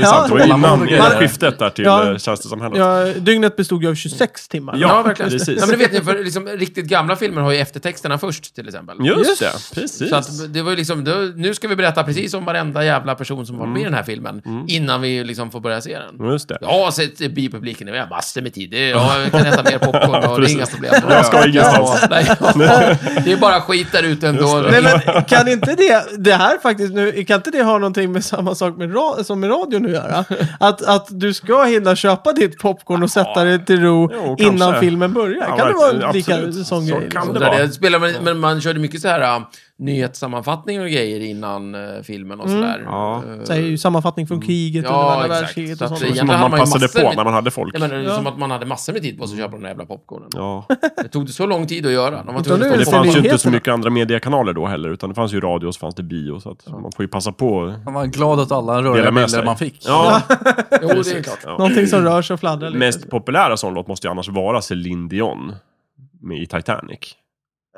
Speaker 4: är sant. Det var
Speaker 1: Ja,
Speaker 4: innan
Speaker 2: man-
Speaker 4: skiftet där till
Speaker 1: Ja.
Speaker 4: ja. tjänstesamhället.
Speaker 1: Ja, dygnet bestod ju av 26 timmar.
Speaker 4: Ja,
Speaker 2: verkligen. Ja,
Speaker 4: precis.
Speaker 2: men det vet ni, för liksom, riktigt gamla filmer har ju eftertexterna först, till exempel.
Speaker 4: Just,
Speaker 1: Just
Speaker 4: det, precis.
Speaker 2: Så att det var ju liksom, då, nu ska vi berätta precis om varenda jävla person som var med i
Speaker 4: Mm.
Speaker 2: den här filmen, innan vi ju liksom får börja se den.
Speaker 4: Just det.
Speaker 2: Ja, så att, eh, biopubliken, jag har massor med tid, Det- ja, jag kan äta mer popcorn och det är
Speaker 4: precis.
Speaker 2: inga problem.
Speaker 4: Jag ska ingenstans.
Speaker 2: Ja, nej, ja. Det är bara skit där ute ändå.
Speaker 4: Just det.
Speaker 1: Nej, men kan inte det, det här faktiskt nu, kan inte det ha någonting med samma sak med ra, som med radion att göra? Att, att du ska hinna köpa ditt popcorn och sätta det till ro
Speaker 4: Jo, kanske.
Speaker 1: innan filmen börjar.
Speaker 4: Ja,
Speaker 1: kan det vara en
Speaker 4: verkligen.
Speaker 1: lika
Speaker 4: Absolut.
Speaker 1: sån
Speaker 4: Så
Speaker 1: grej?
Speaker 4: kan
Speaker 1: liksom?
Speaker 2: Det
Speaker 4: det
Speaker 2: där,
Speaker 4: var.
Speaker 2: det spelar, men, men man körde mycket så här äh, nyhetssammanfattningar och grejer innan äh, filmen och sådär. Mm.
Speaker 4: Ja.
Speaker 1: Så här, är ju sammanfattning
Speaker 4: mm.
Speaker 1: från kriget
Speaker 2: Ja,
Speaker 1: under andra
Speaker 2: exakt.
Speaker 1: världskriget
Speaker 2: Så
Speaker 1: och
Speaker 2: att
Speaker 1: sånt.
Speaker 2: det-
Speaker 4: Som om
Speaker 2: hade
Speaker 4: man
Speaker 2: man ju
Speaker 4: passade
Speaker 2: massor
Speaker 4: på
Speaker 2: med-
Speaker 4: när man hade folk.
Speaker 2: Jag menar, det är som att man hade massor med tid på sig att köpa den där jävla popcornen.
Speaker 4: Ja.
Speaker 2: Det tog det så lång tid att göra. De var
Speaker 1: Utan
Speaker 2: tvungna
Speaker 1: nu är
Speaker 4: Och
Speaker 2: att
Speaker 4: det
Speaker 1: Så
Speaker 2: stå-
Speaker 4: fanns ju inte så
Speaker 1: nyheterna.
Speaker 4: mycket andra mediekanaler då heller, utan det fanns ju radio och så fanns det bio, så att man får ju passa på.
Speaker 3: Man var glad åt alla
Speaker 4: Dela
Speaker 3: röriga
Speaker 4: med
Speaker 3: bilder
Speaker 4: sig.
Speaker 3: man fick.
Speaker 4: Ja,
Speaker 2: Jo, det är klart.
Speaker 4: ja.
Speaker 1: Någonting som rör sig och fladdrar lite.
Speaker 4: Mest populära sån låt måste ju annars vara Celine Dion med i Titanic.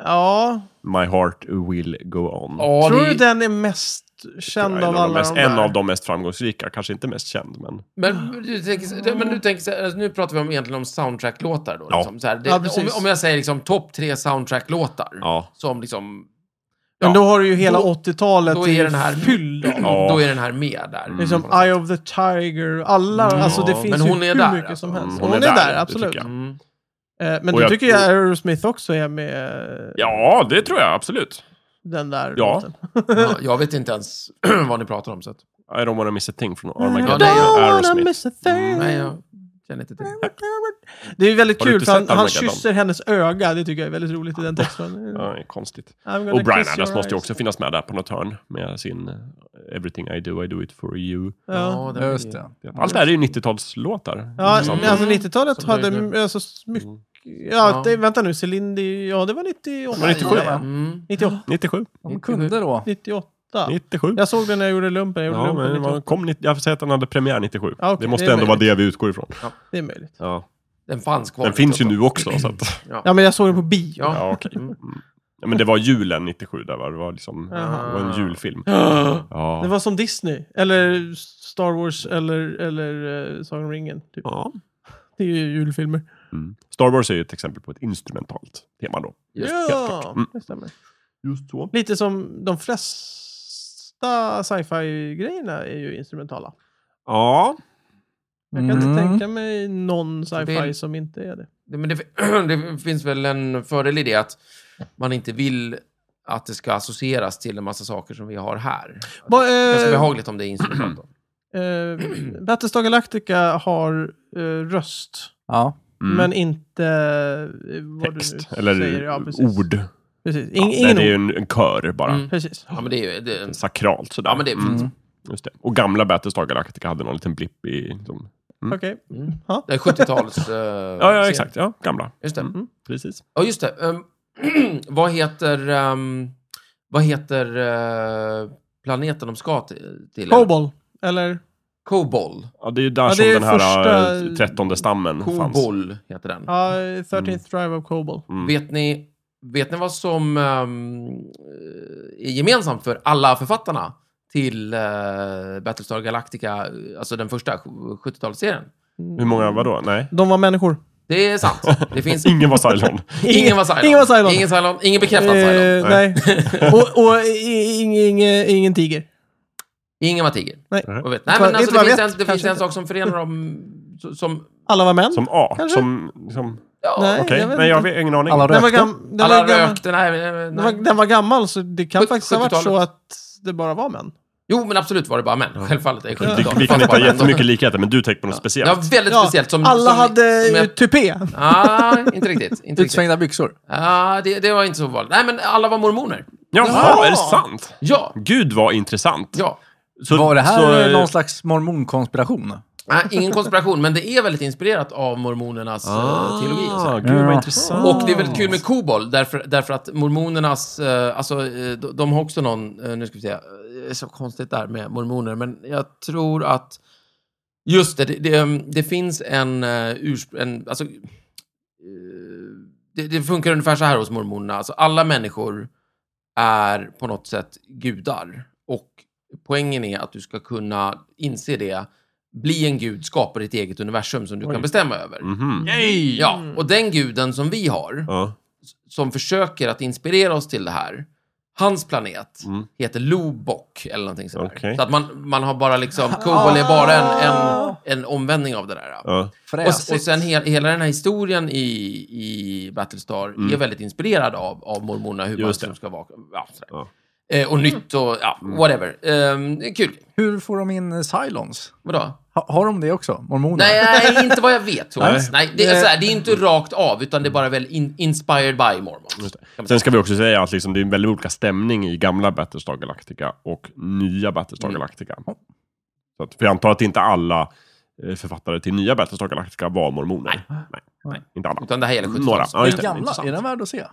Speaker 1: Ja,
Speaker 4: My heart will go on.
Speaker 2: Ja,
Speaker 1: tror
Speaker 2: det-
Speaker 1: du den är mest känd av
Speaker 4: Ja, en, av de
Speaker 1: alla
Speaker 4: mest,
Speaker 1: de där?
Speaker 4: en av de mest framgångsrika, kanske inte mest känd, men
Speaker 2: Men du tänker, så- men du tänker så här, alltså, nu pratar vi om, egentligen om soundtrack-låtar då.
Speaker 4: Ja.
Speaker 2: Liksom, så här, det,
Speaker 1: Ja,
Speaker 2: om,
Speaker 1: precis.
Speaker 2: om jag säger liksom topp tre soundtrack-låtar.
Speaker 4: Ja.
Speaker 2: Som liksom,
Speaker 1: Men då har du ju hela
Speaker 2: Då-
Speaker 1: 80-talet
Speaker 2: då är den här
Speaker 1: fylld av.
Speaker 4: Ja. Mm.
Speaker 2: då är den här med där.
Speaker 1: Liksom Eye of the Tiger, alla, alltså det finns
Speaker 2: Men hon
Speaker 1: ju
Speaker 2: är
Speaker 1: hur
Speaker 2: där,
Speaker 1: mycket
Speaker 2: alltså.
Speaker 1: som helst.
Speaker 4: Mm,
Speaker 1: hon, är där, absolut.
Speaker 4: det tycker jag.
Speaker 2: Mm.
Speaker 1: Eh, Men du
Speaker 4: Och jag-
Speaker 1: tycker ju Aerosmith också är med eh,
Speaker 4: Ja, det tror jag absolut.
Speaker 1: den där
Speaker 4: Ja. Oh
Speaker 1: låten.
Speaker 2: Ja, jag vet inte ens vad ni pratar om. Så att,
Speaker 4: I don't wanna miss a thing från
Speaker 2: Ja,
Speaker 4: Armageddon
Speaker 2: nej,
Speaker 1: Mm. Don't
Speaker 4: och
Speaker 1: wanna
Speaker 4: Aerosmith. Mm,
Speaker 1: miss a thing.
Speaker 2: nej, jag känner inte till.
Speaker 1: Det är väldigt
Speaker 4: Har du
Speaker 1: kul,
Speaker 4: inte
Speaker 1: för han,
Speaker 4: sett
Speaker 1: han
Speaker 4: Armageddon?
Speaker 1: kysser hennes öga. Det tycker jag är väldigt roligt i den texten.
Speaker 4: Ja, det är konstigt.
Speaker 1: I'm gonna
Speaker 4: Och Brian
Speaker 1: kiss your
Speaker 4: Adams måste ju
Speaker 1: eyes.
Speaker 4: också finnas med där på något hörn med sin eh, Everything I do, I do it for you.
Speaker 1: Ja.
Speaker 2: den är-
Speaker 3: Just det.
Speaker 4: Allt det här är ju 90-talslåtar.
Speaker 1: Ja,
Speaker 4: Mm. Som-
Speaker 1: men alltså 90-talet
Speaker 2: Som det är
Speaker 1: hade
Speaker 2: nu.
Speaker 1: m- alltså, s- mycket... Ja,
Speaker 2: Ja.
Speaker 1: Det, vänta nu, Céline, Dion- ja det var 98.
Speaker 4: Var 97,
Speaker 1: Ja,
Speaker 4: va?
Speaker 2: Mm.
Speaker 1: 98.
Speaker 4: 97.
Speaker 3: De kunde då.
Speaker 1: 98.
Speaker 4: 97.
Speaker 1: Jag såg den när jag gjorde lumpen. Jag gjorde
Speaker 4: Ja,
Speaker 1: lumpen
Speaker 4: men
Speaker 1: 98.
Speaker 4: man kom, nitt- jag får säga att den hade premiär 97.
Speaker 1: Ja, okej,
Speaker 4: det måste
Speaker 1: det är
Speaker 4: ändå vara det vi utgår ifrån.
Speaker 1: Det är möjligt.
Speaker 4: Ja.
Speaker 2: Den fanns kvar.
Speaker 4: Den finns ju nu också. Så att,
Speaker 1: Ja, men jag såg den på bio.
Speaker 2: Ja.
Speaker 4: ja, okej. Mm. Ja, men det var julen 97 där va? Det var liksom
Speaker 1: Jaha.
Speaker 4: det var en julfilm.
Speaker 1: Det
Speaker 4: Ja.
Speaker 1: var som Disney, eller Star Wars, eller, eller uh, Sagan om ringen. Typ.
Speaker 4: Ja.
Speaker 1: Det är ju julfilmer.
Speaker 4: Mm. Star Wars är ju ett exempel på ett instrumentalt tema då.
Speaker 2: Just det,
Speaker 1: ja,
Speaker 4: Mm.
Speaker 1: det stämmer.
Speaker 4: Just så.
Speaker 1: Lite som de flesta sci-fi-grejerna är ju instrumentala.
Speaker 4: Ja,
Speaker 1: Jag kan
Speaker 3: Mm.
Speaker 1: inte tänka mig någon sci-fi
Speaker 2: Det-
Speaker 1: som inte är det.
Speaker 2: Det- Men det, det finns väl en fördel i det att man inte vill att det ska associeras till en massa saker som vi har här.
Speaker 1: Ba,
Speaker 2: Det är ganska
Speaker 1: eh,
Speaker 2: behagligt om det är instrumentalt. då.
Speaker 1: eh, Battlestar Galactica har eh, röst,
Speaker 3: Ja.
Speaker 4: Mm.
Speaker 1: men inte eh, vad
Speaker 4: text.
Speaker 1: du nu
Speaker 4: Eller
Speaker 1: säger. Ja, precis.
Speaker 4: ord.
Speaker 1: Precis. In,
Speaker 4: Ja, nej,
Speaker 1: ingen
Speaker 4: det är ju
Speaker 1: ord.
Speaker 4: en, en kör bara.
Speaker 2: Mm.
Speaker 1: Precis.
Speaker 2: Ja, men det är ju... Det,
Speaker 4: Sakralt sådär. Mm.
Speaker 2: ja, men det är fint.
Speaker 4: Just det. Och gamla Battlestar Galactica hade någon liten blipp i... Liksom.
Speaker 1: Okej.
Speaker 2: mm. Det är 70-tals... eh,
Speaker 4: Ja, ja,
Speaker 2: scen.
Speaker 4: exakt. Ja, gamla.
Speaker 2: Just det.
Speaker 1: Mm,
Speaker 4: Precis.
Speaker 2: Ja, just det. Ehm, vad heter... ehm, vad heter eh, planeten de ska till? till
Speaker 1: Cobol, eller?
Speaker 2: Kobol.
Speaker 4: Ja, det är ju där
Speaker 1: Ja, det
Speaker 4: som
Speaker 1: är
Speaker 4: den här eh,
Speaker 1: första-
Speaker 4: trettonde stammen fanns.
Speaker 2: Kobol heter den.
Speaker 1: Ja, 13th
Speaker 4: Mm.
Speaker 1: Drive of Cobol.
Speaker 2: Vet ni, vet ni vad som ehm, eh, är gemensamt för alla författarna till eh, Battlestar Galactica, alltså den första 70-talsserien?
Speaker 4: Hur många var då? Nej.
Speaker 1: De var människor.
Speaker 2: Det är sant. Det finns...
Speaker 4: Ingen var Cylon.
Speaker 2: Ingen var Cylon.
Speaker 1: Ingen var Cylon.
Speaker 2: Ingen, Cylon. ingen bekräftad Cylon.
Speaker 1: Eh, nej. och och i- ing, ing, ingen tiger.
Speaker 2: Ingen var tiger.
Speaker 1: Nej.
Speaker 4: Mm.
Speaker 2: Jag vet. Nej,
Speaker 1: Inte
Speaker 2: men
Speaker 1: vad-
Speaker 2: alltså,
Speaker 1: inte
Speaker 2: det
Speaker 1: vad jag vet.
Speaker 2: finns, en, det finns
Speaker 1: Kanske
Speaker 2: en
Speaker 1: inte.
Speaker 2: sak som förenar dem så- som...
Speaker 1: Alla var män.
Speaker 4: Som A.
Speaker 1: Kanske.
Speaker 4: Som, som,
Speaker 2: Ja,
Speaker 1: Nej,
Speaker 4: Okej,
Speaker 1: jag vet
Speaker 4: nej jag
Speaker 1: inte.
Speaker 4: har ingen aning.
Speaker 3: Alla
Speaker 1: Den var,
Speaker 3: rökte.
Speaker 1: gam, den,
Speaker 2: alla
Speaker 1: var gammal,
Speaker 2: rökte. Nej, nej,
Speaker 1: den, var,
Speaker 2: nej.
Speaker 1: den var gammal, så det kan
Speaker 2: Sjut-
Speaker 1: faktiskt ha varit så
Speaker 2: 70-talet.
Speaker 1: att det bara var män.
Speaker 2: Jo, men absolut var det bara män. Självfallet. är
Speaker 4: Vi, vi kan inte ha jättemycket likheter, men du tänker på något
Speaker 2: Det var
Speaker 4: speciellt.
Speaker 2: väldigt
Speaker 1: Ja,
Speaker 2: speciellt. Som,
Speaker 1: alla
Speaker 2: som,
Speaker 1: hade
Speaker 2: som jag-
Speaker 1: jag... tupé.
Speaker 2: Ah, inte riktigt. Inte riktigt.
Speaker 3: Utsvängda byxor.
Speaker 2: Ah, det, det var inte så vanligt. Nej, men alla var mormoner.
Speaker 4: Jaha, är det sant?
Speaker 2: Ja,
Speaker 4: Gud vad intressant.
Speaker 2: ja.
Speaker 4: Så,
Speaker 3: Var det här
Speaker 4: så,
Speaker 3: eh, någon slags mormonkonspiration?
Speaker 2: Nej, ingen konspiration, men det är väldigt inspirerat av mormonernas eh, teologi. Och, så
Speaker 4: Ah,
Speaker 2: här.
Speaker 4: gud vad
Speaker 3: Ja.
Speaker 4: intressant.
Speaker 2: och det är väldigt kul med Kobol, därför, därför att mormonernas, eh, alltså eh, de, de har också någon, eh, nu ska vi se, eh, det är så konstigt där med mormoner, men jag tror att, just det, det, det, eh, det finns en, eh, urspr- en alltså, eh, det, det funkar ungefär så här hos mormonerna, alltså alla människor är på något sätt gudar. Och poängen är att du ska kunna inse det, bli en gud, skapa ditt eget universum som du kan bestämma över.
Speaker 4: Mhm.
Speaker 2: Ja, och den guden som vi har,
Speaker 4: Ja.
Speaker 2: som försöker att inspirera oss till det här, hans planet heter Lobok eller någonting sådär.
Speaker 4: Mm. Okej.
Speaker 2: Så att man, man har bara liksom, Kobol är bara en, en, en omvändning av det där.
Speaker 4: Ja.
Speaker 2: Och, och
Speaker 3: Fräsigt.
Speaker 2: sen he, hela den här historien i, i Battlestar är väldigt inspirerad av, av mormonerna, hur man
Speaker 4: Mm. Just det. Mm.
Speaker 2: som ska vara. Ja, sådär. Eh, och nytt och ja, whatever. Ehm, det är kul.
Speaker 3: Hur får de in eh, Cylons?
Speaker 2: Vadå?
Speaker 3: Ha, har de det också? Mormoner?
Speaker 2: Nej, nej, inte vad jag vet. Thomas. Nej, det, är såhär, det är
Speaker 4: Eh,
Speaker 2: inte rakt av, utan det är bara väl in, inspired by mormons. Kan man
Speaker 4: Sen
Speaker 2: säga.
Speaker 4: ska vi också säga att liksom, det är en väldigt olika stämning i gamla Battlestar Galactica och nya Battlestar
Speaker 2: Mm.
Speaker 4: Galactica. Så att, för jag antar att inte alla eh, författare till nya Battlestar Galactica var mormoner. Nej. Inte alla.
Speaker 2: Utan det här gäller 70
Speaker 4: Några. Ja,
Speaker 3: Den
Speaker 4: just det.
Speaker 3: gamla,
Speaker 4: Intressant.
Speaker 3: är den värd att se?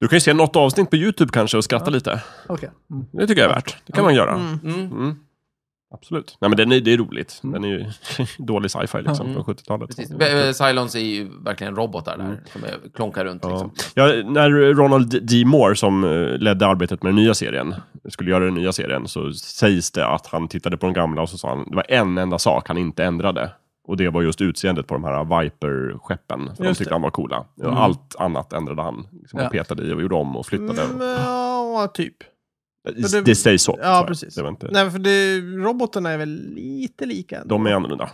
Speaker 4: Du kan ju se något avsnitt på YouTube kanske och skratta lite.
Speaker 3: Okej. Mm.
Speaker 4: Det tycker jag är värt. Det kan man göra.
Speaker 2: Mm,
Speaker 4: Absolut. Nej, men den är, det är roligt. Den är ju dålig sci-fi liksom, från 70-talet.
Speaker 2: Mm. precis. Be- eh, Cylons är ju verkligen robotar där, som är, klonkar runt. Liksom.
Speaker 4: Mm. Ja, när Ronald D. Moore, som eh, ledde arbetet med den nya serien, skulle göra den nya serien, så sägs det att han tittade på den gamla och så sa han, det var en enda sak han inte ändrade. Och det var just utseendet på de här Viper-skeppen, för de
Speaker 1: Just Mm.
Speaker 4: tyckte han var coola. Ja, Allt annat ändrade han. Liksom,
Speaker 3: Ja.
Speaker 4: Han petade i och gjorde om och flyttade.
Speaker 1: Mm, ja, typ.
Speaker 4: det,
Speaker 1: det-
Speaker 4: det sägs så.
Speaker 1: Ja,
Speaker 4: så här.
Speaker 1: precis.
Speaker 4: Det var inte,
Speaker 1: Nej, för det, robotarna är väl lite lika. ändå.
Speaker 4: de är annorlunda.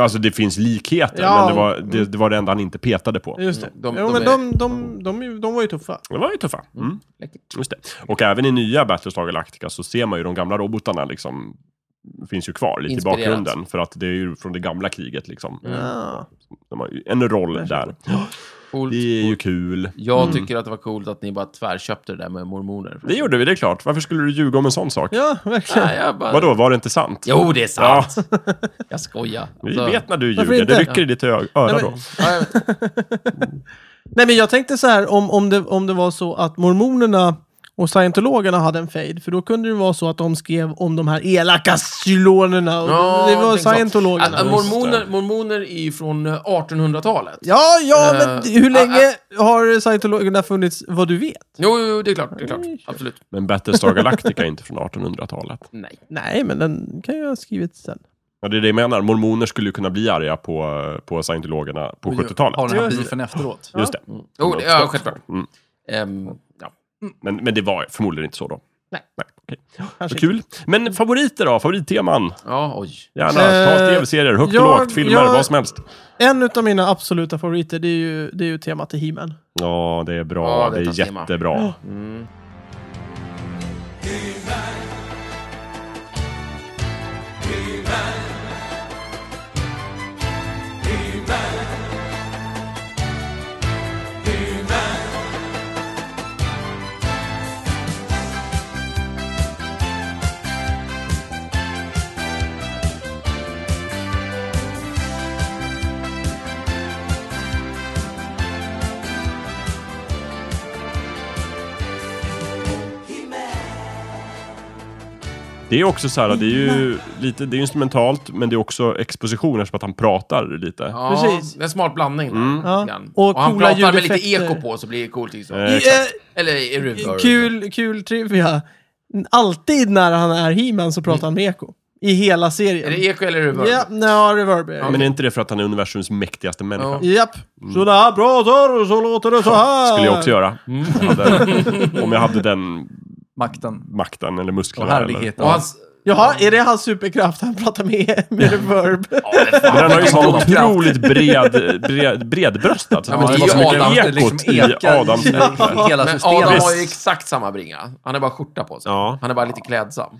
Speaker 4: Alltså det finns likheter,
Speaker 1: Ja. Mm.
Speaker 4: men det var det, det var det enda han inte petade på.
Speaker 1: Just det.
Speaker 2: De-
Speaker 1: jo,
Speaker 2: de
Speaker 1: men
Speaker 2: är-
Speaker 1: de, de, de, de, de var ju tuffa.
Speaker 4: Det var ju tuffa. Mm.
Speaker 2: Läckert.
Speaker 4: Just det. Och även i nya Battlestar Galactica så ser man ju de gamla robotarna liksom finns ju kvar lite
Speaker 2: Inspirerat.
Speaker 4: i bakgrunden. För att det är ju från det gamla kriget liksom.
Speaker 1: Ja.
Speaker 4: De har ju en roll där.
Speaker 2: Coolt.
Speaker 4: Det är ju kul.
Speaker 2: Jag tycker att det var coolt att ni bara tvärköpte det där med mormoner.
Speaker 4: Det gjorde vi, det är klart. Varför skulle du ljuga om en sån sak?
Speaker 1: ja, verkligen.
Speaker 2: Nej, jag bara...
Speaker 4: Vadå, var det inte sant?
Speaker 2: Jo, det är sant.
Speaker 4: Ja,
Speaker 2: Jag skojar.
Speaker 4: vi
Speaker 2: Alltså,
Speaker 4: vet när du
Speaker 1: Varför
Speaker 4: ljuger. Det
Speaker 1: inte?
Speaker 4: rycker i ditt ö- öra
Speaker 1: Nej, men-
Speaker 4: då.
Speaker 2: ja, jag vet.
Speaker 1: Nej, men jag tänkte så här, om, om, det, om det var så att mormonerna och scientologerna hade en fade, för då kunde det vara så att de skrev om de här elaka cylonerna. Och
Speaker 2: Ja,
Speaker 1: det var
Speaker 2: tänk så.
Speaker 1: scientologerna.
Speaker 2: Ah, ah, Mormoner, mormoner är ju från eh, 1800-talet.
Speaker 1: Ja, ja, men
Speaker 2: Eh,
Speaker 1: d- hur
Speaker 2: ah,
Speaker 1: länge har scientologerna funnits, vad du vet?
Speaker 2: Jo, jo, jo, det är klart. Det är
Speaker 4: Mm.
Speaker 2: klart. Absolut.
Speaker 4: Men Battlestar Galactica är inte från 1800-talet.
Speaker 2: Nej.
Speaker 1: Nej, men den kan ju ha skrivits sen.
Speaker 4: Ja, det är det jag menar. Mormoner skulle ju kunna bli arga på, på scientologerna på
Speaker 3: Har
Speaker 4: 70-talet.
Speaker 3: den här beefen efteråt.
Speaker 4: Just det.
Speaker 2: Jo, det, ja, självklart.
Speaker 4: Mm.
Speaker 2: Ehm, ja.
Speaker 4: Men, men det var förmodligen inte så då.
Speaker 1: Nej.
Speaker 4: Nej okej.
Speaker 1: Kanske
Speaker 4: Vad kul. Men favoriter då? Favoritteman?
Speaker 2: ja, oj.
Speaker 4: Gärna
Speaker 1: Eh,
Speaker 4: ta tv-serier, högt och
Speaker 1: jag-
Speaker 4: lågt, filmer,
Speaker 1: jag-
Speaker 4: vad som helst.
Speaker 1: En av mina absoluta favoriter, det är ju, det är ju temat i He-Man.
Speaker 4: Ja, det är bra.
Speaker 2: Ja, det
Speaker 4: det,
Speaker 2: är
Speaker 4: är
Speaker 2: Tassima.
Speaker 4: jättebra. Det är också så här, det är ju lite, det är instrumentalt, men det är också exposition eftersom att han pratar lite.
Speaker 2: Ja,
Speaker 1: Precis.
Speaker 2: Det är en smart blandning. där,
Speaker 4: Mm.
Speaker 2: lite
Speaker 1: Ja.
Speaker 2: grann.
Speaker 1: Och
Speaker 2: Och, han
Speaker 1: coola
Speaker 2: pratar med lite
Speaker 1: ljudeffekter.
Speaker 2: eko på så blir det coolt. Liksom.
Speaker 4: Eh,
Speaker 1: Eh,
Speaker 2: Eller i reverb.
Speaker 1: Kul, kul trivia. Alltid när han är He-Man så pratar han med Eko. I hela serien.
Speaker 2: Är det eko eller reverb?
Speaker 1: Ja, nej, reverb är det.
Speaker 4: Men är inte det för att han är universums mäktigaste människa?
Speaker 2: Ja.
Speaker 1: Japp. Sådär pratar så låter det så här.
Speaker 4: skulle jag också göra.
Speaker 2: Mm.
Speaker 4: Jag hade, om jag hade den
Speaker 9: Makten
Speaker 4: makten eller
Speaker 9: och
Speaker 4: musklerna. eller-
Speaker 9: härligheten.
Speaker 2: Och hans,
Speaker 1: Jaha, är det hans superkraft? Han pratar med, med reverb.
Speaker 4: Men han har ju så
Speaker 9: Kraft.
Speaker 4: otroligt bred, bred, bredbröstad. Så
Speaker 2: Ja,
Speaker 4: ja,
Speaker 2: men
Speaker 4: det
Speaker 2: det
Speaker 4: var
Speaker 2: är
Speaker 4: så
Speaker 2: ju
Speaker 4: mycket
Speaker 2: Adam.
Speaker 9: Det liksom
Speaker 4: ekot i
Speaker 9: ekar i
Speaker 4: Adams
Speaker 9: i hela
Speaker 2: men
Speaker 9: systemet.
Speaker 2: Adam
Speaker 4: Visst.
Speaker 2: har ju exakt samma bringa. Han är bara skjorta på sig.
Speaker 4: Ja.
Speaker 2: Han är bara lite klädsam.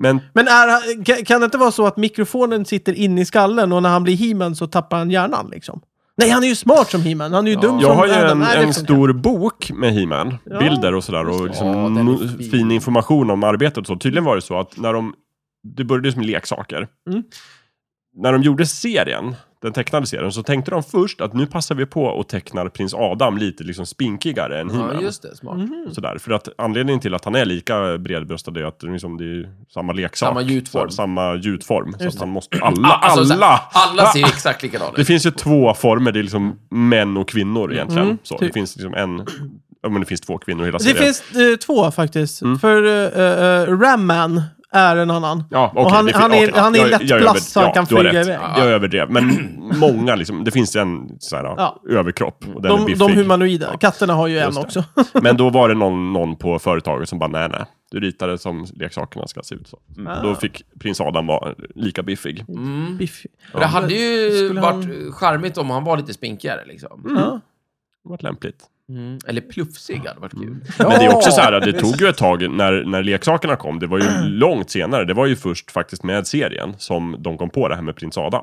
Speaker 4: Men
Speaker 1: Men är, han- kan- kan det inte vara så att mikrofonen sitter inne i skallen och när han blir he så tappar han hjärnan liksom? Nej, han är ju smart som he Han är ju
Speaker 2: Ja.
Speaker 1: dum
Speaker 4: jag
Speaker 1: som
Speaker 4: har ju
Speaker 1: Adam.
Speaker 4: en,
Speaker 1: Nej, det
Speaker 4: en
Speaker 1: funkar.
Speaker 4: stor bok med He-Man. Bilder och sådär. Och liksom
Speaker 2: Ja, den är
Speaker 4: no-
Speaker 2: fin.
Speaker 4: fin. information om arbetet och så. Tydligen var det så att när de... Det började som leksaker.
Speaker 1: Mm.
Speaker 4: När de gjorde serien, den tecknade serien, så tänkte de först att nu passar vi på och tecknar prins Adam lite liksom spinkigare än He-Man.
Speaker 2: Ja, just det. Smart.
Speaker 1: Mhm.
Speaker 4: Och Sådär. För att anledningen till att han är lika bredbröstad är att det är liksom, det är ju samma leksak.
Speaker 2: Samma gjutform.
Speaker 4: Så, samma gjutform. Så att han måste... Alla!
Speaker 2: Alltså, så här,
Speaker 4: alla!
Speaker 2: alla ser ju exakt likadana
Speaker 4: Det
Speaker 2: ut.
Speaker 4: finns ju två former, det är liksom män och kvinnor egentligen. så. Det
Speaker 1: typ.
Speaker 4: finns liksom en... Ja, men det finns två kvinnor i hela
Speaker 1: Det
Speaker 4: serien.
Speaker 1: finns eh, två faktiskt.
Speaker 4: Mm.
Speaker 1: För eh, eh, Ram-Man är en annan.
Speaker 4: Ja, okej,
Speaker 1: och han,
Speaker 4: det fin-
Speaker 1: han är,
Speaker 4: okej,
Speaker 1: han är
Speaker 4: jag-
Speaker 1: lätt
Speaker 4: jag
Speaker 1: plast så han
Speaker 4: över-
Speaker 1: kan
Speaker 4: du har
Speaker 1: flyga
Speaker 4: rätt.
Speaker 1: iväg.
Speaker 4: Jag överdrev, men många liksom. Det finns en så här,
Speaker 1: Ja.
Speaker 4: överkropp och den är
Speaker 1: De,
Speaker 4: biffig.
Speaker 1: de humanoida. Katterna har ju en
Speaker 4: Just det. Mm.
Speaker 1: också.
Speaker 4: Men då var det någon, någon på företaget som bara, nej, nej. Du ritade som leksakerna ska se ut så.
Speaker 1: Ah.
Speaker 4: Och Då fick prins Adam vara lika biffig.
Speaker 1: Mm. Biffig.
Speaker 2: Det hade ju
Speaker 1: Skulle han- Mm.
Speaker 2: varit charmigt om han var lite spinkigare. Liksom.
Speaker 1: Ja.
Speaker 4: Det var lämpligt.
Speaker 2: Mm. Eller plufsig hade varit kul.
Speaker 4: Men det är också så här, att det tog ju ett tag när, när leksakerna kom. Det var ju långt senare. Det var ju först faktiskt med serien som de kom på det här med prins Adam.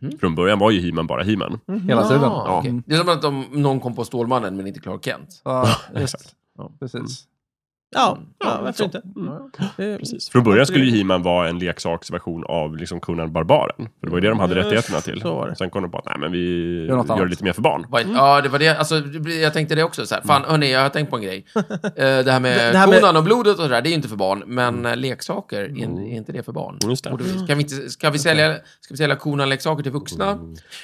Speaker 1: Mhm.
Speaker 4: Från början var ju He-Man bara He-Man.
Speaker 9: Hela tiden.
Speaker 2: Ah, okej. Det är som att de, någon kom på Stålmannen men inte Clark Kent.
Speaker 9: Ja, just. Precis.
Speaker 1: Ja,
Speaker 4: Mm.
Speaker 1: ja, varför inte? Det-
Speaker 4: Från början skulle ju He-Man vara en leksaksversion av liksom Conan Barbaren. För det var ju det de hade
Speaker 1: Mm.
Speaker 4: rättigheterna till.
Speaker 1: Så var det.
Speaker 4: Sen kom de på att nej, men vi
Speaker 9: Gör något
Speaker 4: gör det
Speaker 9: annat.
Speaker 4: lite mer för barn.
Speaker 2: Var- Ja, det var det. Alltså, det blir- jag tänkte det också. Så här. Fan, hörni, jag har tänkt på en grej. Eh, det här med
Speaker 1: Det här med-
Speaker 2: konan och blodet och det där, det är ju inte för barn. Men eh, leksaker, är, är inte det för barn?
Speaker 4: Just det.
Speaker 2: Borde vi- Kan vi inte, ska, vi sälja, ska vi sälja konan-leksaker till vuxna?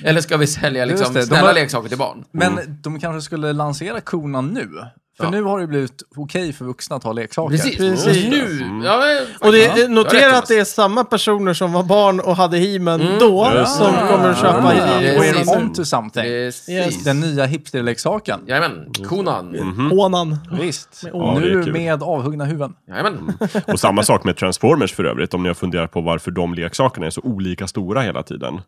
Speaker 2: Eller ska vi sälja liksom,
Speaker 9: det, de
Speaker 2: snälla
Speaker 9: har-
Speaker 2: leksaker till barn?
Speaker 9: Men de kanske skulle lansera konan nu. För
Speaker 2: Ja.
Speaker 9: nu har det blivit okej för vuxna att ha leksaker.
Speaker 2: Precis.
Speaker 1: Precis.
Speaker 2: Nu! Ja, eh,
Speaker 1: Och det,
Speaker 2: faktiskt.
Speaker 1: eh,
Speaker 2: Du har
Speaker 1: notera
Speaker 2: rätt,
Speaker 1: att det är samma personer som var barn och hade he då
Speaker 4: Mm. Just det.
Speaker 1: som kommer att köpa
Speaker 9: Ah,
Speaker 1: he
Speaker 2: Precis.
Speaker 9: We're on to something.
Speaker 2: Precis.
Speaker 1: Yes. Mm.
Speaker 9: Den nya hipsterleksaken.
Speaker 2: Jajamän, konan.
Speaker 4: Mm.
Speaker 1: Hånan.
Speaker 9: Visst.
Speaker 4: Ja, det är
Speaker 9: nu
Speaker 4: kul.
Speaker 9: med avhuggna huvuden.
Speaker 2: Jajamän.
Speaker 4: Och samma sak med Transformers för övrigt. Om ni har funderat på varför de leksakerna är så olika stora hela tiden.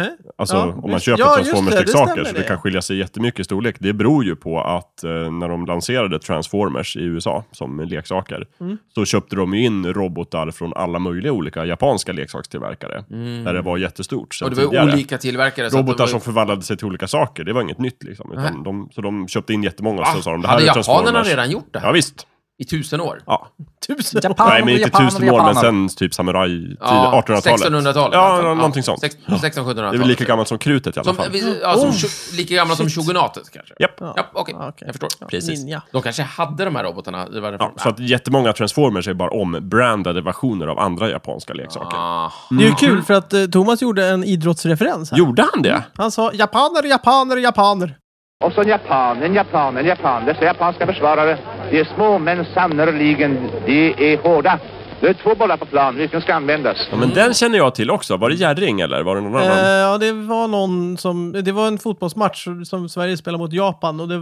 Speaker 1: Hä?
Speaker 4: Alltså
Speaker 1: Ja,
Speaker 4: om man
Speaker 1: visst.
Speaker 4: köper
Speaker 1: Ja, just det, det
Speaker 4: Transformers-leksaker
Speaker 1: stämmer
Speaker 4: så det
Speaker 1: det.
Speaker 4: kan skilja sig jättemycket i storlek. Det beror ju på att eh, när de lanserade Transformers i USA som leksaker
Speaker 2: Mm.
Speaker 4: så köpte de ju in robotar från alla möjliga olika japanska leksakstillverkare. Där det var jättestort sen
Speaker 2: Mm. Och det var ju
Speaker 4: tidigare.
Speaker 2: olika tillverkare. så att
Speaker 4: Robotar
Speaker 2: de var-
Speaker 4: som förvandlade sig till olika saker, det var inget nytt liksom.
Speaker 2: Nej.
Speaker 4: Utan de, så de köpte in jättemånga och
Speaker 2: Ah,
Speaker 4: så sa de det här
Speaker 2: Hade
Speaker 4: är
Speaker 2: japanerna
Speaker 4: Transformers.
Speaker 2: redan gjort det här?
Speaker 4: Ja visst.
Speaker 2: I tusen år?
Speaker 4: Ja.
Speaker 1: Tusen.
Speaker 9: Japan
Speaker 4: Nej, men
Speaker 9: och
Speaker 4: inte
Speaker 9: Japan och
Speaker 4: tusen år, men
Speaker 9: Japaner.
Speaker 4: sen typ samuraj
Speaker 2: Ja,
Speaker 4: 1800-talet.
Speaker 2: 1600-talet. i alla
Speaker 4: Ja,
Speaker 2: fall.
Speaker 4: någonting sånt.
Speaker 2: Sex-
Speaker 4: Det
Speaker 2: 1600-1700-talet.
Speaker 4: är väl lika gammalt som krutet i alla
Speaker 2: som,
Speaker 4: fall.
Speaker 2: vi, ja, som, tjo- Lika gamla som shogunatet kanske?
Speaker 4: Japp.
Speaker 2: Ja, okej.
Speaker 1: Oh, Ja, okej.
Speaker 2: Jag förstår.
Speaker 4: Precis.
Speaker 1: Ninja.
Speaker 2: De kanske hade de här robotarna? Det var
Speaker 4: Ja, så att jättemånga transformers är bara ombrandade versioner av andra japanska leksaker.
Speaker 2: ah.
Speaker 1: Det är
Speaker 4: Mm.
Speaker 1: ju kul för att eh, Thomas gjorde en idrottsreferens här.
Speaker 4: Gjorde han det?
Speaker 1: Han sa japaner, japaner, japaner.
Speaker 10: Också en japan, en japan, en japan. Dessa japanska försvarare, de är små men sannerligen, de är hårda. Det är två bollar på plan, vilken ska användas?
Speaker 4: Ja,
Speaker 2: Mm.
Speaker 4: men den känner jag till också. Var det Jerring eller var det någon
Speaker 1: Eh,
Speaker 4: annan?
Speaker 1: ja, det var någon som... Det var en fotbollsmatch som Sverige spelade mot Japan och det,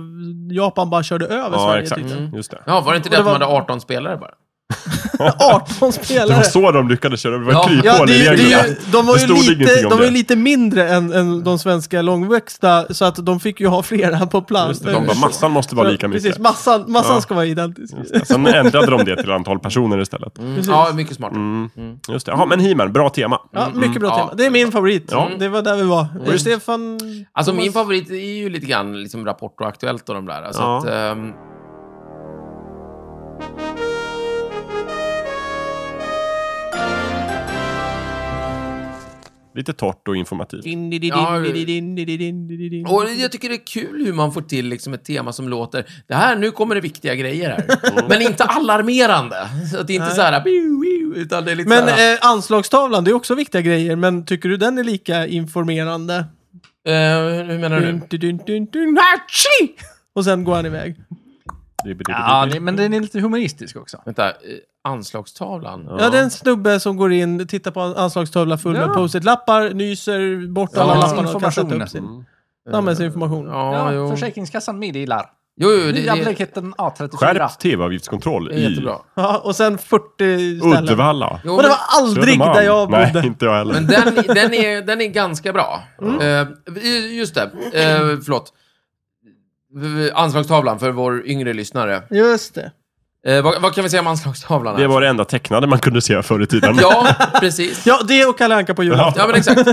Speaker 1: Japan bara körde över
Speaker 4: Ja,
Speaker 1: Sverige typ.
Speaker 4: exakt. Mm,
Speaker 1: tyckte jag.
Speaker 4: Just det.
Speaker 2: Mm. ja, var det inte det,
Speaker 1: det
Speaker 2: att de
Speaker 1: var-
Speaker 2: hade 18 spelare bara?
Speaker 1: 18
Speaker 4: Det
Speaker 1: spelare.
Speaker 4: var så de lyckades köra. Det var
Speaker 2: Ja.
Speaker 4: ett kryphål
Speaker 1: Ja, det,
Speaker 4: i
Speaker 1: är ju- det,
Speaker 4: reglerna.
Speaker 1: är ju- de var
Speaker 4: Det
Speaker 1: ju
Speaker 4: stod
Speaker 1: lite,
Speaker 4: ingenting om
Speaker 1: de var ju
Speaker 4: det.
Speaker 1: lite mindre än, än de svenska långväxta, så att de fick ju ha flera på plan.
Speaker 4: Just det, de bara, massan måste vara lika mycket.
Speaker 1: Precis, massan, massan
Speaker 4: Ja.
Speaker 1: ska vara identisk.
Speaker 4: Sen ändrade de det till antal personer istället.
Speaker 1: Mm.
Speaker 2: Mm. Ja, mycket smart.
Speaker 4: Mm. Just det. Ja, men He-Man, bra tema.
Speaker 1: Ja, mycket bra
Speaker 2: Ja.
Speaker 1: tema. Det är min favorit. Det var där vi var. Eh, Stefan...
Speaker 2: Alltså min
Speaker 1: Thomas-
Speaker 2: favorit är ju lite grann liksom Rapport och Aktuellt och de där. Alltså
Speaker 4: Ja.
Speaker 2: att, ehm,
Speaker 4: Lite torrt och informativt.
Speaker 2: Ja.
Speaker 1: Din-di-di-din-di-di-din-di-di-din.
Speaker 2: och jag tycker det är kul hur man får till liksom ett tema som låter, det här, nu kommer det viktiga grejer här.
Speaker 4: Mm.
Speaker 2: Men inte alarmerande. Så att det är inte så här, "Biu, biu", utan det är lite
Speaker 1: Men
Speaker 2: så här,
Speaker 1: eh, anslagstavlan, det är också viktiga grejer, men tycker du den är lika informerande?
Speaker 2: eh, hur menar du?
Speaker 1: Dun, dun, dun, dun, dun, hachi! Och sen går han iväg.
Speaker 9: Ja, det, men den är lite humoristisk också.
Speaker 2: Vänta, eh, anslagstavlan?
Speaker 1: Ja. det är en snubbe som går in, tittar på en anslagstavla full med
Speaker 2: Ja.
Speaker 1: post-it-lappar, nyser bort alla lapparna och kastar
Speaker 9: Information.
Speaker 1: upp sin samhällsinformation.
Speaker 2: Mm. Ja, jo.
Speaker 9: Försäkringskassan meddelar.
Speaker 2: Jo, jo, det-
Speaker 9: Nya
Speaker 2: det-
Speaker 9: blanketten A34.
Speaker 4: Skärpt tv-avgiftskontroll
Speaker 2: Det är
Speaker 4: i
Speaker 2: jättebra.
Speaker 1: Ja, och sen 40 ställen.
Speaker 4: Uddevalla.
Speaker 2: Jo,
Speaker 1: Och det
Speaker 2: men-
Speaker 1: var aldrig
Speaker 4: Södermalm.
Speaker 1: där jag bodde.
Speaker 4: Nej, inte jag heller.
Speaker 2: Men den, den, är, den är ganska bra. Eh, just det, eh, förlåt. V- Anslagstavlan för vår yngre lyssnare.
Speaker 1: Just det.
Speaker 2: Eh, vad, vad kan vi säga om anslagstavlan? här?
Speaker 4: Det var det enda tecknade man kunde se förr i tiden.
Speaker 2: Ja, precis.
Speaker 1: Ja, det och Kalle Anka på julafton.
Speaker 2: Ja, men exakt.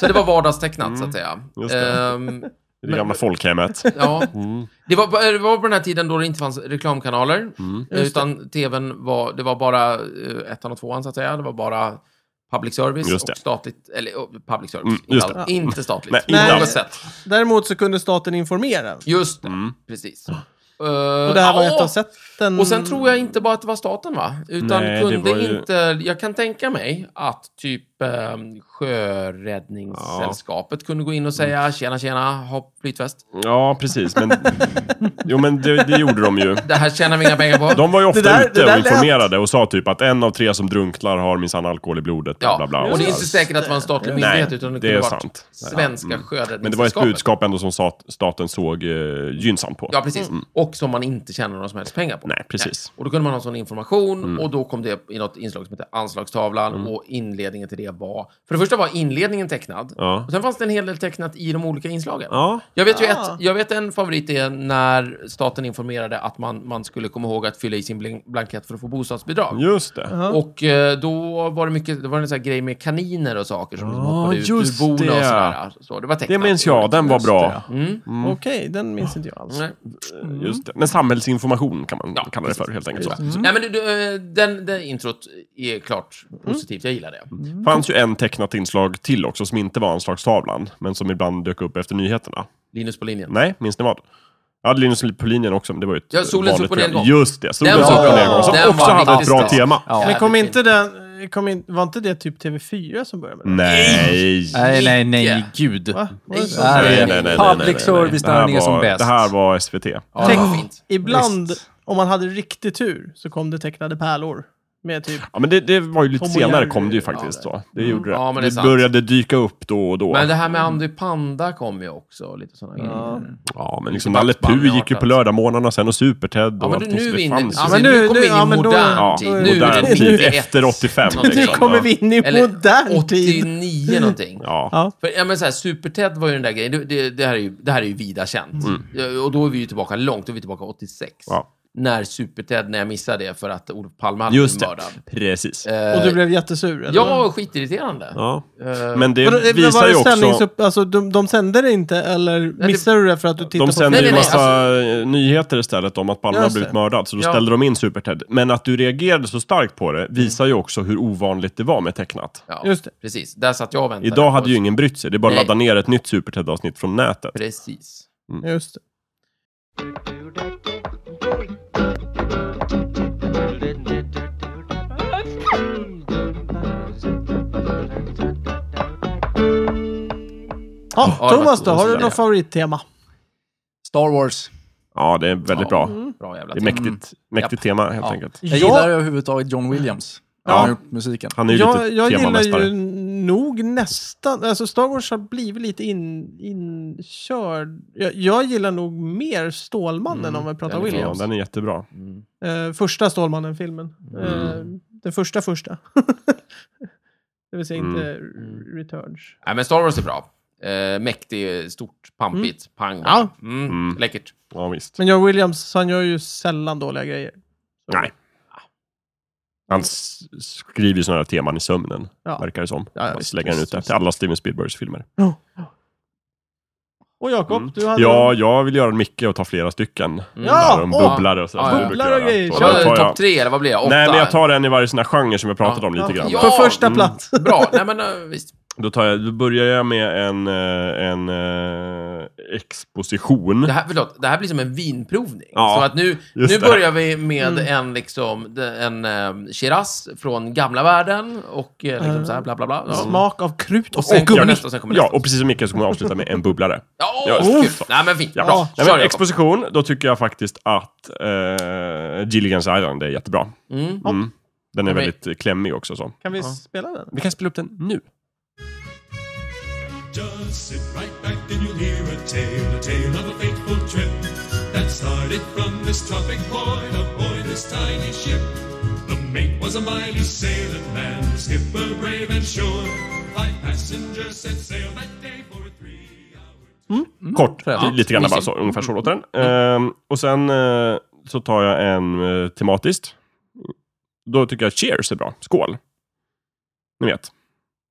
Speaker 2: Så det var vardagstecknat, så att säga.
Speaker 4: Mm, just det.
Speaker 2: Ehm,
Speaker 4: I det gamla folkhemmet.
Speaker 2: ja.
Speaker 4: Mm.
Speaker 2: det, var, på- det var på den här tiden då det inte fanns reklamkanaler.
Speaker 4: Mm.
Speaker 2: eh,
Speaker 1: Just det.
Speaker 2: Utan tvn var, det var bara eh, ettan och tvåan, så att säga. Det var bara public service
Speaker 4: Just
Speaker 2: och
Speaker 4: det.
Speaker 2: statligt. Eller oh, public service.
Speaker 4: Mm,
Speaker 2: inte,
Speaker 4: just
Speaker 2: all-
Speaker 4: det.
Speaker 2: inte statligt.
Speaker 4: Nej,
Speaker 2: på
Speaker 1: inte
Speaker 2: något
Speaker 1: alls.
Speaker 2: sätt.
Speaker 1: Däremot så kunde staten informera.
Speaker 2: Just det,
Speaker 4: Mm.
Speaker 2: precis. Eh,
Speaker 1: Och det här var ett av sätten.
Speaker 2: Och sen tror jag inte bara att det var staten, va? Utan
Speaker 4: Nej, det
Speaker 2: kunde
Speaker 4: var ju-
Speaker 2: inte... Jag kan tänka mig att typ eh, Sjöräddningssällskapet kunde gå in och säga tjena, tjena, ha flytväst.
Speaker 4: Ja, precis. Men, jo, men det, det gjorde de ju.
Speaker 2: Det här tjänar vi inga pengar på.
Speaker 4: De var ju ofta
Speaker 1: där- det
Speaker 4: ute
Speaker 1: där
Speaker 4: och
Speaker 1: lät-
Speaker 4: informerade och sa typ att en av tre som drunknar har minsann alkohol i blodet. Bla,
Speaker 2: Ja,
Speaker 4: bla, bla.
Speaker 2: och det är inte säkert att det var en statlig myndighet, utan det
Speaker 4: det
Speaker 2: kunde
Speaker 4: är
Speaker 2: varit
Speaker 4: sant. Mm.
Speaker 2: svenska
Speaker 4: Men det var ett
Speaker 2: Sjöräddningssällskapet.
Speaker 4: budskap ändå som stat, staten såg eh, gynnsamt på.
Speaker 2: Ja, precis. Och som man inte tjänar några som helst pengar på.
Speaker 4: Mm. Nej, Mm. precis.
Speaker 2: Och då kunde man ha sån information och då kom det i något inslag som hette Anslagstavlan
Speaker 4: Mm.
Speaker 2: och inledningen till det var... För det första var inledningen tecknad
Speaker 4: Ja.
Speaker 2: och sen fanns det en hel del tecknat i de olika inslagen.
Speaker 4: Ja.
Speaker 2: Jag vet ju
Speaker 1: Ah.
Speaker 2: ett, jag vet en favorit är när staten informerade att man, man skulle komma ihåg att fylla i sin blin- blankett för att få bostadsbidrag.
Speaker 4: Just det.
Speaker 1: Ja.
Speaker 2: Och eh, då var det mycket, det var en sån här grej med kaniner och saker som liksom
Speaker 4: Ja,
Speaker 2: hoppade ut ur
Speaker 4: just
Speaker 2: bon och
Speaker 4: det.
Speaker 2: sådär. alltså. Så det var tecknat.
Speaker 4: Det minns jag. Den var bra.
Speaker 2: Mm.
Speaker 1: Okej, den minns inte jag alls.
Speaker 2: Nej.
Speaker 4: Just det. Men samhällsinformation kan man
Speaker 2: Mm. Ja,
Speaker 4: kalla det för, helt enkelt. Så.
Speaker 2: Nej, men du, du, eh, den, den introt är klart positivt. Jag gillar det.
Speaker 4: fanns ju en tecknat inslag till också som inte var anslagstavlan, men som ibland dök upp efter nyheterna.
Speaker 2: Linus på linjen.
Speaker 4: Nej, minns ni vad? Jag hade Linus på linjen också, men det var ju ett
Speaker 2: Ja, Solens
Speaker 4: vanligt
Speaker 2: upp- och nedgång.
Speaker 4: program. Just det,
Speaker 2: Den
Speaker 4: Solens
Speaker 2: var
Speaker 4: upp och
Speaker 2: bra.
Speaker 4: nedgång, som
Speaker 2: Den
Speaker 4: också
Speaker 2: var
Speaker 4: hade ett
Speaker 2: faktiskt
Speaker 4: bra
Speaker 2: bra.
Speaker 4: tema.
Speaker 9: Ja.
Speaker 1: Men
Speaker 2: Jävligt
Speaker 1: kom
Speaker 2: fint.
Speaker 1: inte den, kom in, var inte det typ TV4 som började med det?
Speaker 4: Nej!
Speaker 9: Nej, nej, nej,
Speaker 2: Yeah.
Speaker 9: gud.
Speaker 1: Va? Var det så?
Speaker 2: Nej.
Speaker 9: Public service när
Speaker 4: Det här
Speaker 9: den är som
Speaker 4: var-
Speaker 9: bäst.
Speaker 4: Det här var SVT.
Speaker 2: Ja,
Speaker 1: Tänk-
Speaker 2: det var fint.
Speaker 1: Ibland,
Speaker 9: Visst.
Speaker 1: om man hade riktig tur, så kom det tecknade pärlor. Med typ...
Speaker 4: Ja, men det, det var ju lite
Speaker 1: Tom och
Speaker 4: senare
Speaker 1: Jerry.
Speaker 4: kom det ju faktiskt. så. Det gjorde det.
Speaker 2: Mm. Ja, men det är
Speaker 4: det
Speaker 2: sant.
Speaker 4: började dyka upp då och då.
Speaker 2: Men det här med Andy Panda kom ju också. och Lite sådana grejer.
Speaker 1: Ja.
Speaker 4: Ja, men
Speaker 2: Lite
Speaker 4: liksom Nalle
Speaker 2: Bugs Bunny
Speaker 4: Puh gick ju
Speaker 2: artat.
Speaker 4: på lördagmorgnarna sen och Super-Ted
Speaker 2: Ja,
Speaker 4: och
Speaker 2: men du,
Speaker 4: allting.
Speaker 2: nu är vi
Speaker 4: så det
Speaker 2: inne,
Speaker 4: fanns ju.
Speaker 2: ja,
Speaker 1: men
Speaker 2: men
Speaker 1: nu- nu-
Speaker 2: nu kommer vi in
Speaker 1: ja,
Speaker 2: i
Speaker 1: men då-
Speaker 2: modern
Speaker 4: Ja,
Speaker 2: tid. Nu är
Speaker 4: modern
Speaker 2: det
Speaker 4: tid
Speaker 2: 91
Speaker 4: efter 85.
Speaker 2: någonting.
Speaker 1: Nu kommer vi in i
Speaker 2: Eller
Speaker 1: modern tid.
Speaker 2: 89 någonting.
Speaker 4: Ja.
Speaker 1: Ja.
Speaker 2: För, ja, men så här, Super-Ted var ju den där grejen. Det, det, det, här är ju, det här är ju vida känt. Ja, Och då är vi ju tillbaka långt. Då är vi tillbaka 86.
Speaker 4: Mm. Ja.
Speaker 2: När Super-Ted, när jag missade det för att Olof Palme hade
Speaker 4: Just
Speaker 2: blivit
Speaker 4: det,
Speaker 2: mördad.
Speaker 4: precis.
Speaker 2: Eh,
Speaker 1: Och du blev jättesur? Eller?
Speaker 2: Ja, skitirriterande.
Speaker 4: Ja.
Speaker 2: Eh,
Speaker 4: Men det
Speaker 1: Vadå, eh,
Speaker 4: visar
Speaker 1: var
Speaker 4: ju
Speaker 1: det
Speaker 4: också...
Speaker 1: sändningsupp- Alltså, de, de sände det inte, eller
Speaker 2: det-
Speaker 1: missade du det för att du tittade
Speaker 4: De
Speaker 1: på
Speaker 4: sänder
Speaker 2: Nej,
Speaker 4: ju
Speaker 2: nej,
Speaker 4: massa nyheter istället om att Palme har
Speaker 1: alltså- Just
Speaker 4: blivit
Speaker 1: det.
Speaker 4: mördad, så då
Speaker 2: Ja.
Speaker 4: ställde de in Super-Ted. Men att du reagerade så starkt på det visar ju också hur ovanligt det var med tecknat.
Speaker 2: Ja,
Speaker 1: Just det.
Speaker 2: precis. Där satt jag och väntade.
Speaker 4: Idag hade
Speaker 2: på-
Speaker 4: ju ingen brytt sig, det är bara att
Speaker 2: Nej.
Speaker 4: ladda ner ett nytt Super-Ted-avsnitt från nätet.
Speaker 2: Precis.
Speaker 1: Just det.
Speaker 2: Ja,
Speaker 1: Ja,
Speaker 2: det
Speaker 1: Thomas då,
Speaker 2: var- det var
Speaker 1: har du
Speaker 2: sådär,
Speaker 1: något
Speaker 2: ja.
Speaker 1: favorittema?
Speaker 9: Star Wars.
Speaker 4: Ja, det är väldigt bra.
Speaker 2: Bra jävla
Speaker 4: Det är
Speaker 2: tid.
Speaker 4: mäktigt, mäktigt tema, helt
Speaker 9: Ja.
Speaker 4: enkelt.
Speaker 9: Jag
Speaker 1: Ja.
Speaker 9: gillar överhuvudtaget John Williams.
Speaker 4: Ja.
Speaker 9: Han har gjort musiken.
Speaker 4: Han är ju
Speaker 1: Jag,
Speaker 4: lite
Speaker 1: jag gillar ju
Speaker 4: temamästare.
Speaker 1: nog nästan, alltså Star Wars har blivit lite in, inkörd. Jag, jag gillar nog mer Stålmannen om vi pratar
Speaker 2: den är
Speaker 4: Ja,
Speaker 1: Williams.
Speaker 4: den är jättebra.
Speaker 1: Eh, första Stålmannen-filmen.
Speaker 4: Mm.
Speaker 1: Eh, den första första. det vill säga inte
Speaker 4: Mm.
Speaker 1: Returns.
Speaker 2: Nej, men Star Wars är bra. Eh, mäktig, stort, pampigt, pang.
Speaker 1: Ja.
Speaker 2: Mm.
Speaker 4: Mm.
Speaker 2: Läckert.
Speaker 4: Ja, visst.
Speaker 1: Men John Williams, han gör ju sällan dåliga grejer.
Speaker 4: Nej. Han s- skriver ju sådana här teman i sömnen,
Speaker 1: Ja.
Speaker 4: verkar det som.
Speaker 1: Ja,
Speaker 4: Ja,
Speaker 1: visst,
Speaker 4: Lägger han ut det till alla Steven Spielbergs filmer.
Speaker 1: Och Jakob, du hade...
Speaker 4: Mm. Ja, jag vill göra mycket och ta flera stycken.
Speaker 1: Ja,
Speaker 4: Där de
Speaker 1: åh!
Speaker 4: bubblar och sådär.
Speaker 2: Mm. Ja,
Speaker 4: som
Speaker 2: ja.
Speaker 4: jag brukar
Speaker 1: Bubblar och
Speaker 4: göra.
Speaker 1: grejer.
Speaker 4: Så
Speaker 1: Ja,
Speaker 4: då tar
Speaker 2: Kör
Speaker 4: jag-
Speaker 2: topp tre, eller vad blir det? Åtta?
Speaker 4: Nej, men jag tar en i varje sån här genre som jag pratat om lite
Speaker 1: Ja.
Speaker 4: grann. Mm.
Speaker 1: På
Speaker 2: Ja.
Speaker 1: första plats.
Speaker 2: Bra. Nej, men eh, visst.
Speaker 4: Då, tar jag, då börjar jag med en, eh, en eh, exposition.
Speaker 2: Det här, förlåt, det här blir som en vinprovning.
Speaker 4: Ja,
Speaker 2: så att nu,
Speaker 4: just
Speaker 2: nu
Speaker 4: det.
Speaker 2: börjar vi med en, liksom, de- en eh, Shiraz från gamla världen och eh, liksom så här bla bla bla. Ja.
Speaker 4: Mm.
Speaker 1: Smak av krut och,
Speaker 2: sen
Speaker 1: och
Speaker 2: kommer
Speaker 1: gummi.
Speaker 2: nästa och sen kommer
Speaker 4: Ja,
Speaker 2: nästa.
Speaker 4: och precis som Mikael så kommer jag avsluta med en bubblare.
Speaker 2: Ja,
Speaker 4: Ja,
Speaker 2: kul.
Speaker 4: uff.
Speaker 2: Nej men fint,
Speaker 4: Ja.
Speaker 2: bra.
Speaker 4: Nej,
Speaker 2: Kör
Speaker 4: men
Speaker 2: Jakob.
Speaker 4: exposition, då tycker jag faktiskt att eh, Gilligan's Island är jättebra.
Speaker 2: Mm.
Speaker 4: Mm. Den är
Speaker 2: Ja, men-
Speaker 4: väldigt eh, klämmig också. Så.
Speaker 1: Kan vi spela den?
Speaker 4: Vi kan spela upp den nu.
Speaker 7: Just sit right back and you'll hear a tale, a tale of a fateful trip that started from this tropic point aboard this tiny ship. The mate was a mighty sailing man, the skipper brave and sure. Five passengers set sail that day for a three-hour
Speaker 4: Kort,
Speaker 9: fräscht.
Speaker 4: lite grann bara så. Ungefär
Speaker 2: Mm.
Speaker 4: så låter den. Ehm, och sen eh, så tar jag en eh, tematiskt. Då tycker jag Cheers är bra. Skål. Ni vet.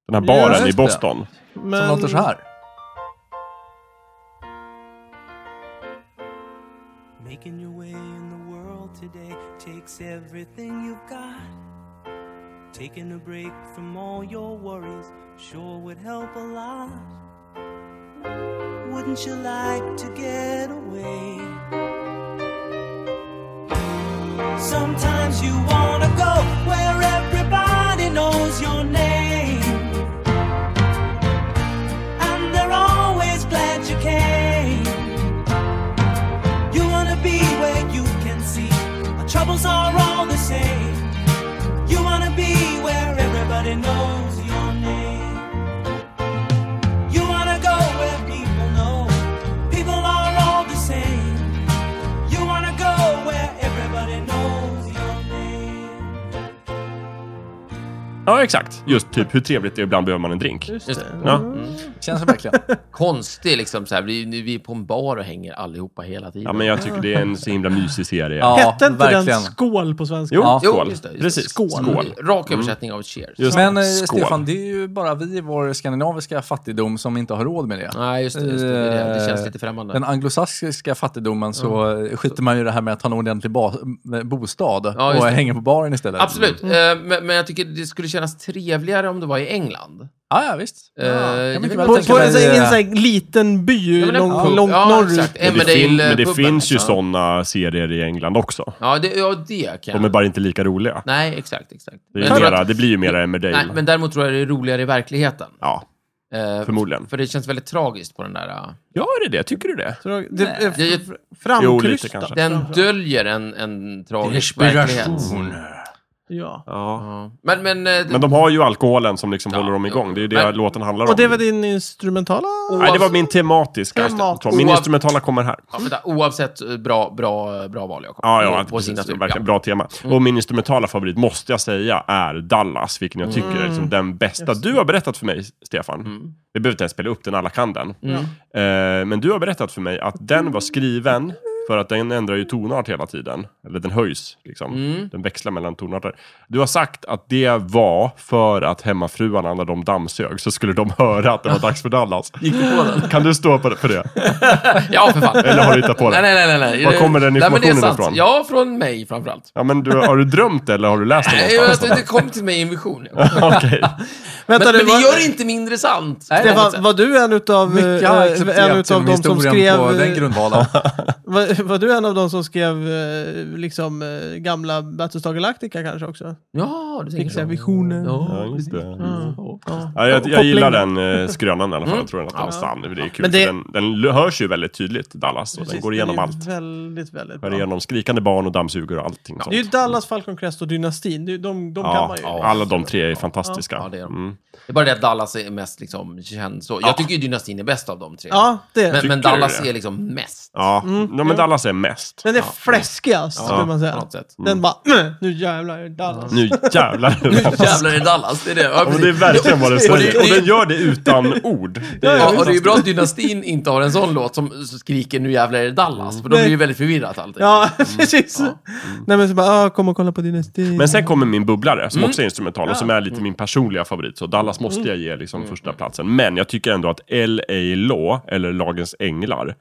Speaker 4: Den här baren
Speaker 9: Just
Speaker 4: i
Speaker 9: det.
Speaker 4: Boston.
Speaker 1: Men,
Speaker 9: Som låter så här.
Speaker 5: Making your way in the world today takes everything you've got. Taking a break from all your worries sure would help a lot. Wouldn't you like to get away? Sometimes you wanna go where everybody knows your name. And they're always glad you came. You wanna be where you can see our troubles are all the same. You wanna be where everybody knows your name. You wanna go where people know people are all the same. You wanna go where everybody knows your name.
Speaker 4: Ja, exakt. Just typ hur trevligt det är. Ibland behöver man en drink.
Speaker 2: Just det. Mm.
Speaker 4: Ja.
Speaker 9: Känns det verkligen.
Speaker 2: Konstig liksom så här, vi, nu- vi är på en bar och hänger allihopa hela tiden.
Speaker 4: ja, men jag tycker det är en så himla mysig serie.
Speaker 9: Ja.
Speaker 1: Hette inte
Speaker 9: verkligen.
Speaker 1: den Skål på svenska?
Speaker 4: Jo,
Speaker 9: Ja.
Speaker 2: Jo,
Speaker 4: skål.
Speaker 2: just det, just det.
Speaker 4: Precis.
Speaker 1: Skål.
Speaker 4: skål. Mm.
Speaker 2: Rak översättning av Cheers.
Speaker 4: Just
Speaker 9: Men eh,
Speaker 4: skål.
Speaker 9: Stefan, det är ju bara vi i vår skandinaviska fattigdom som inte har råd med det.
Speaker 2: Nej, just det, just det. Det, är det. det känns lite främmande.
Speaker 9: Den anglosaxiska fattigdomen så eh, skiter man ju i det här med att ha en ordentlig ba- eh, bostad
Speaker 2: Ja, just
Speaker 9: och
Speaker 2: det.
Speaker 9: hänger på baren istället.
Speaker 2: Absolut, Eh, men, men jag tycker det skulle kännas trevligare om det var i England.
Speaker 9: Ja, ja visst.
Speaker 2: Eh,
Speaker 9: kan
Speaker 2: det
Speaker 9: mycket
Speaker 2: är
Speaker 9: väl
Speaker 2: väl-
Speaker 1: På,
Speaker 9: tänka
Speaker 1: på
Speaker 9: mig,
Speaker 1: en sån här-
Speaker 9: eh,
Speaker 1: en sån här liten by
Speaker 2: Ja, men en
Speaker 1: lång,
Speaker 2: pub.
Speaker 1: långt
Speaker 2: Ja,
Speaker 1: norrut.
Speaker 2: exakt. Eh,
Speaker 4: Men det, fin- men det
Speaker 2: Emmerdale-puben,
Speaker 4: finns ju
Speaker 2: liksom.
Speaker 4: sådana serier i England också.
Speaker 2: Ja, det, ja, det kan
Speaker 4: De är
Speaker 2: jag.
Speaker 4: bara inte lika roliga.
Speaker 2: Nej, exakt, exakt.
Speaker 4: Det,
Speaker 2: Men
Speaker 4: är
Speaker 2: jag tror
Speaker 4: mera,
Speaker 2: att-
Speaker 4: det blir ju mera Emmerdale.
Speaker 2: Nej, men däremot tror jag det är roligare i verkligheten.
Speaker 4: Ja,
Speaker 2: Eh,
Speaker 4: förmodligen.
Speaker 2: För det känns väldigt tragiskt på den där. eh,
Speaker 4: Ja, är det det? Tycker du det?
Speaker 1: Så då- Det är
Speaker 2: Det är
Speaker 1: f-
Speaker 2: ju-
Speaker 4: Jo, lite
Speaker 1: framkrystat.
Speaker 4: kanske.
Speaker 2: Den döljer en, en tragisk verklighet.
Speaker 1: Ja.
Speaker 4: Ja.
Speaker 2: Ja. Men, men, eh,
Speaker 4: Men de har ju alkoholen som liksom håller dem
Speaker 2: jo.
Speaker 4: igång. Det är ju det
Speaker 2: Men-
Speaker 4: låten handlar om.
Speaker 1: Och det var din instrumentala?
Speaker 4: Nej, det var min tematiska.
Speaker 1: Temat-
Speaker 4: Tom, Min
Speaker 2: Oav-
Speaker 4: instrumentala kommer här.
Speaker 2: ja, vänta, oavsett, eh, bra, bra, bra val, Jakob.
Speaker 4: Ja, ja,
Speaker 2: Eh, På- på
Speaker 4: precis.
Speaker 2: signatur.
Speaker 4: Verkligen
Speaker 2: Ja. Mm.
Speaker 4: bra tema. Och min instrumentala favorit, måste jag säga, är Dallas, vilken jag tycker är
Speaker 2: Mm.
Speaker 4: liksom den bästa. Du har berättat för mig, Stefan, vi behöver inte ens spela upp den, alla kan den.
Speaker 2: Mm.
Speaker 4: Eh, men du har berättat för mig att den var skriven för att den ändrar ju tonart hela tiden. Eller den höjs, liksom.
Speaker 2: Mm.
Speaker 4: Den växlar mellan tonarter. Du har sagt att det var för att hemmafruarna, när de dammsög, så skulle de höra att det var dags för Dallas.
Speaker 2: Gick du på den?
Speaker 4: Kan du stå på det- för det?
Speaker 2: Ja, för fan.
Speaker 4: Eller har du hittat på det?
Speaker 2: Nej, nej, nej. nej.
Speaker 4: Var kommer den
Speaker 2: Nej, men det är
Speaker 4: informationen
Speaker 2: sant.
Speaker 4: ifrån?
Speaker 2: Ja, från mig framförallt.
Speaker 4: Ja, men du, har du drömt det eller har du läst det
Speaker 2: Nej,
Speaker 4: någonstans?
Speaker 2: jag- det kom till mig i en vision. Jakob.
Speaker 4: Okej.
Speaker 1: Vänta nu,
Speaker 2: Men, men det
Speaker 1: vad-
Speaker 2: gör det inte mindre sant. på något
Speaker 1: Stefan,
Speaker 2: sätt.
Speaker 1: var du en utav,
Speaker 9: Mycket har
Speaker 1: eh, en
Speaker 9: accepterat
Speaker 1: utav
Speaker 9: genom
Speaker 1: de som
Speaker 9: historien
Speaker 1: skrev...
Speaker 9: på
Speaker 1: eh,
Speaker 9: den grundvalen.
Speaker 1: Var, var du en av de som skrev eh, liksom eh, gamla Battlestar Galactica kanske också?
Speaker 2: Ja, du tänker
Speaker 1: Fick så här
Speaker 2: så.
Speaker 1: visioner.
Speaker 4: Ja, just det.
Speaker 1: Ja. Ja.
Speaker 4: Ja, jag, jag
Speaker 1: Koppling.
Speaker 4: gillar den eh, skrönan i alla fall. Jag tror att den är
Speaker 2: Ja.
Speaker 4: sann. Det är kul.
Speaker 1: Men
Speaker 4: Men
Speaker 1: det-
Speaker 4: Den, den l- hörs ju väldigt tydligt, Dallas. Och den
Speaker 1: Precis,
Speaker 4: går igenom
Speaker 1: är
Speaker 4: allt.
Speaker 1: Väldigt, väldigt bra.
Speaker 4: Hör igenom skrikande barn och dammsugor och allting sånt.
Speaker 1: Det är ju Dallas, Falcon Crest och Dynastin. Det är ju De, de kan
Speaker 4: Ja,
Speaker 1: man ju.
Speaker 4: ja, alla de tre är fantastiska.
Speaker 2: Ja, det är de.
Speaker 4: Mm.
Speaker 2: Det är bara det att Dallas är mest liksom känd så. Jag tycker ju Dynastin är bäst av de tre.
Speaker 1: Ja, det. Men,
Speaker 2: men, men
Speaker 4: Tycker du
Speaker 2: Dallas
Speaker 4: det?
Speaker 2: är liksom mest.
Speaker 4: Ja. ja, men Dallas är mest.
Speaker 1: den är fläskigast,
Speaker 2: Ja,
Speaker 1: skulle man
Speaker 2: på
Speaker 1: säga.
Speaker 2: något sätt.
Speaker 1: Den bara, "Mm, nu jävlar, är det Dallas.
Speaker 4: Nu jävlar.
Speaker 2: Jävlar är Dallas, det är det. Ja,
Speaker 4: Ja, men det är
Speaker 2: precis.
Speaker 4: verkligen vad den
Speaker 2: Och det-
Speaker 4: säger. Och
Speaker 2: det-
Speaker 4: den gör det utan ord. Det är-
Speaker 2: Ja, och det är ju bra att Dynastin inte har en sån låt som skriker nu jävlar är det Dallas, för då blir det ju väldigt förvirrat allting.
Speaker 1: Ja, precis. Nej men så bara, ah, kom och kolla på Dynastin.
Speaker 4: Men sen kommer min bubblare,
Speaker 1: Mm.
Speaker 4: som också är instrumental och som är lite min personliga favorit. Så Dallas måste jag ge
Speaker 1: Mm.
Speaker 4: liksom första platsen. Men jag tycker ändå att L.A. Law, eller Lagens Änglar,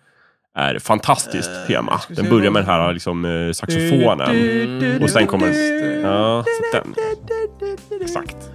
Speaker 4: är fantastiskt
Speaker 1: Eh,
Speaker 4: tema. Den börjar med den här liksom, eh, saxofonen. Och sen kommer den. Ja, så den. Exakt.
Speaker 7: Just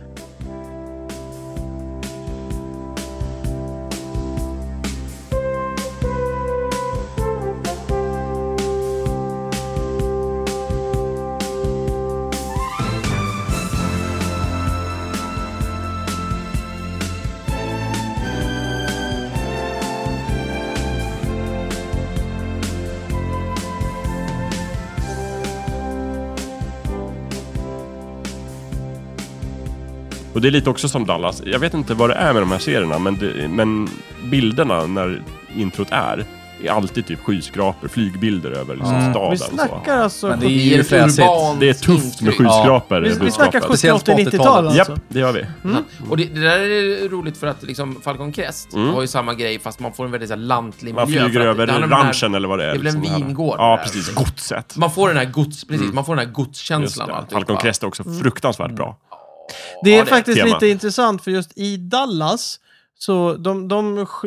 Speaker 4: Och det är lite också som Dallas. Jag vet inte vad det är med de här serierna, men, det, men bilderna när introt är, är alltid typ skyskrapor, flygbilder över liksom
Speaker 1: Mm.
Speaker 4: staden.
Speaker 1: Vi
Speaker 4: så.
Speaker 1: snackar alltså...
Speaker 9: Men det är
Speaker 1: sjuttio-
Speaker 9: ju fräsigt.
Speaker 4: Det är tufft med skyskrapor.
Speaker 1: Vi, vi
Speaker 4: budskapet.
Speaker 1: snackar 70,
Speaker 9: Speciellt
Speaker 1: 80,
Speaker 9: på
Speaker 1: 90-tal
Speaker 9: 80-talet.
Speaker 1: alltså.
Speaker 4: Japp, det gör vi.
Speaker 2: Och det, det där är roligt för att liksom Falcon Crest
Speaker 4: Mm.
Speaker 2: har ju samma grej fast man får en väldigt så här, lantlig
Speaker 4: Man
Speaker 2: miljö.
Speaker 4: flyger
Speaker 2: för att det handlar
Speaker 4: över
Speaker 2: om den här-
Speaker 4: ranchen eller vad det är.
Speaker 2: det blir en
Speaker 4: liksom här.
Speaker 2: vingård
Speaker 4: Ja,
Speaker 2: där.
Speaker 4: precis. Godset.
Speaker 2: Man får den här gods, precis,
Speaker 4: Mm.
Speaker 2: man får den här
Speaker 4: Just
Speaker 2: godskänslan.
Speaker 4: det.
Speaker 2: alltihopa. Mm.
Speaker 4: Falcon Crest är också fruktansvärt bra.
Speaker 1: Det är
Speaker 2: Ja, det är
Speaker 1: faktiskt
Speaker 4: tema.
Speaker 1: lite intressant för just i Dallas så de, de sk-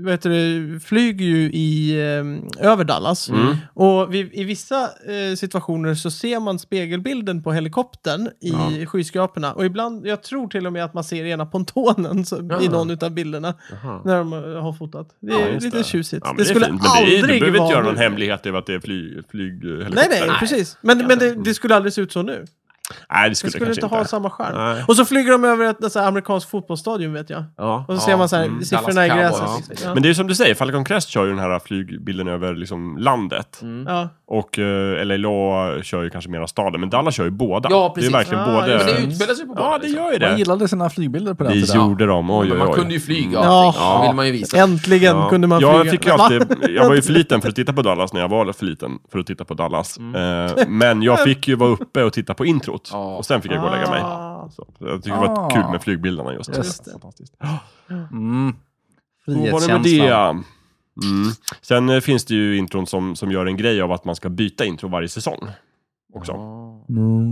Speaker 1: eh, vet du, det, flyger ju i, eh, över Dallas.
Speaker 4: Mm.
Speaker 1: Och vi, i vissa eh, situationer så ser man spegelbilden på helikoptern i skyskraporna. Och ibland, jag tror till och med att man ser ena pontonen så, i
Speaker 2: Ja.
Speaker 1: någon av bilderna när de eh, har fotat. Det
Speaker 4: Ja,
Speaker 1: är
Speaker 4: just
Speaker 1: lite
Speaker 4: det.
Speaker 1: tjusigt.
Speaker 4: Ja, men
Speaker 1: det, skulle
Speaker 4: är fint, men det, är, du
Speaker 1: aldrig
Speaker 4: behöver
Speaker 1: vara...
Speaker 4: inte göra någon hemlighet över att det är fly, flyghelikopter.
Speaker 1: Nej, nej, precis. Men, men det, det skulle aldrig se ut så nu.
Speaker 4: Nej, det
Speaker 1: Det
Speaker 4: skulle,
Speaker 1: skulle
Speaker 4: kanske
Speaker 1: inte
Speaker 4: inte.
Speaker 1: ha samma skärm.
Speaker 4: Nej.
Speaker 1: Och så flyger de över ett, ett så här amerikanskt fotbollsstadion vet jag.
Speaker 4: Ja.
Speaker 1: Och så ser man så här,
Speaker 2: Mm.
Speaker 1: siffrorna i
Speaker 2: Dallas
Speaker 1: gräset.
Speaker 2: Cowboys.
Speaker 1: liksom. Ja.
Speaker 4: Men det är som du säger, Falcon Crest kör ju den här flygbilden över liksom landet.
Speaker 2: Mm.
Speaker 1: Ja.
Speaker 4: Och eh, LA Law kör ju kanske mera staden, men Dallas kör ju båda.
Speaker 2: Ja,
Speaker 4: Det
Speaker 2: precis.
Speaker 4: är verkligen
Speaker 1: Ah,
Speaker 4: både...
Speaker 2: Men det utspelar sig på
Speaker 4: Ja,
Speaker 2: båda,
Speaker 4: det
Speaker 2: liksom.
Speaker 4: gör ju
Speaker 9: Man
Speaker 4: det.
Speaker 9: gjorde sina flygbilder på den
Speaker 4: Det
Speaker 9: tiden.
Speaker 4: gjorde de, oj
Speaker 2: Men
Speaker 4: oj
Speaker 2: man
Speaker 4: oj.
Speaker 2: kunde ju flyga och
Speaker 1: Ja.
Speaker 2: allting. Ja. vill man ju visa.
Speaker 1: Äntligen kunde man
Speaker 4: jag,
Speaker 1: flyga.
Speaker 4: fick ju
Speaker 1: Va?
Speaker 4: alltid, jag var ju för liten för att titta på Dallas när jag var för liten för att titta på Dallas.
Speaker 1: Mm.
Speaker 4: Eh, men jag fick ju vara uppe och titta på introt.
Speaker 2: Ja.
Speaker 4: Och sen fick jag gå och lägga mig.
Speaker 1: Ah.
Speaker 4: Så jag tycker det var
Speaker 9: Ah.
Speaker 4: kul med flygbilderna just.
Speaker 1: Just det.
Speaker 4: Fantastiskt.
Speaker 9: Mm.
Speaker 4: Så var det med det.
Speaker 9: Frihetskänslan.
Speaker 4: Mm. Sen eh, finns det ju intron som, som gör en grej av att man ska byta intro varje säsong. Också.
Speaker 1: Ah.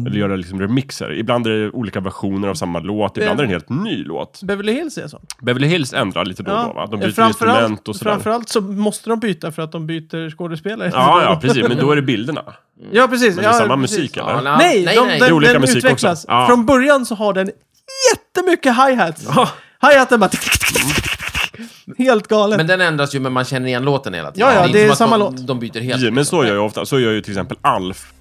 Speaker 4: Eller göra liksom remixer. Ibland är det olika versioner av samma låt, ibland är det en helt ny låt.
Speaker 1: Beverly Hills är så.
Speaker 4: Beverly Hills ändrar lite då och då va? De byter instrument och
Speaker 1: Framförallt,
Speaker 4: sådär.
Speaker 1: framförallt så måste de byta för att de byter skådespelare.
Speaker 4: Ja, ja, precis. Men då är det bilderna.
Speaker 1: ja, precis.
Speaker 4: Men det
Speaker 1: ja,
Speaker 4: är samma
Speaker 1: precis.
Speaker 4: musik eller?
Speaker 2: Ja,
Speaker 1: Nej, de,
Speaker 4: Det är
Speaker 1: den,
Speaker 4: olika
Speaker 1: den
Speaker 4: musik också.
Speaker 1: utvecklas.
Speaker 4: Ja.
Speaker 1: Från början så har den jättemycket hi-hats. Hi-haten bara...
Speaker 4: Mm.
Speaker 1: Helt galet.
Speaker 2: Men den ändras ju, men man känner igen låten hela tiden.
Speaker 1: Ja, ja,
Speaker 2: inte
Speaker 1: det är
Speaker 2: som att
Speaker 1: samma
Speaker 2: de,
Speaker 1: låt.
Speaker 2: De byter helt.
Speaker 4: Ja, men så gör jag ofta. Så gör ju till exempel Alf.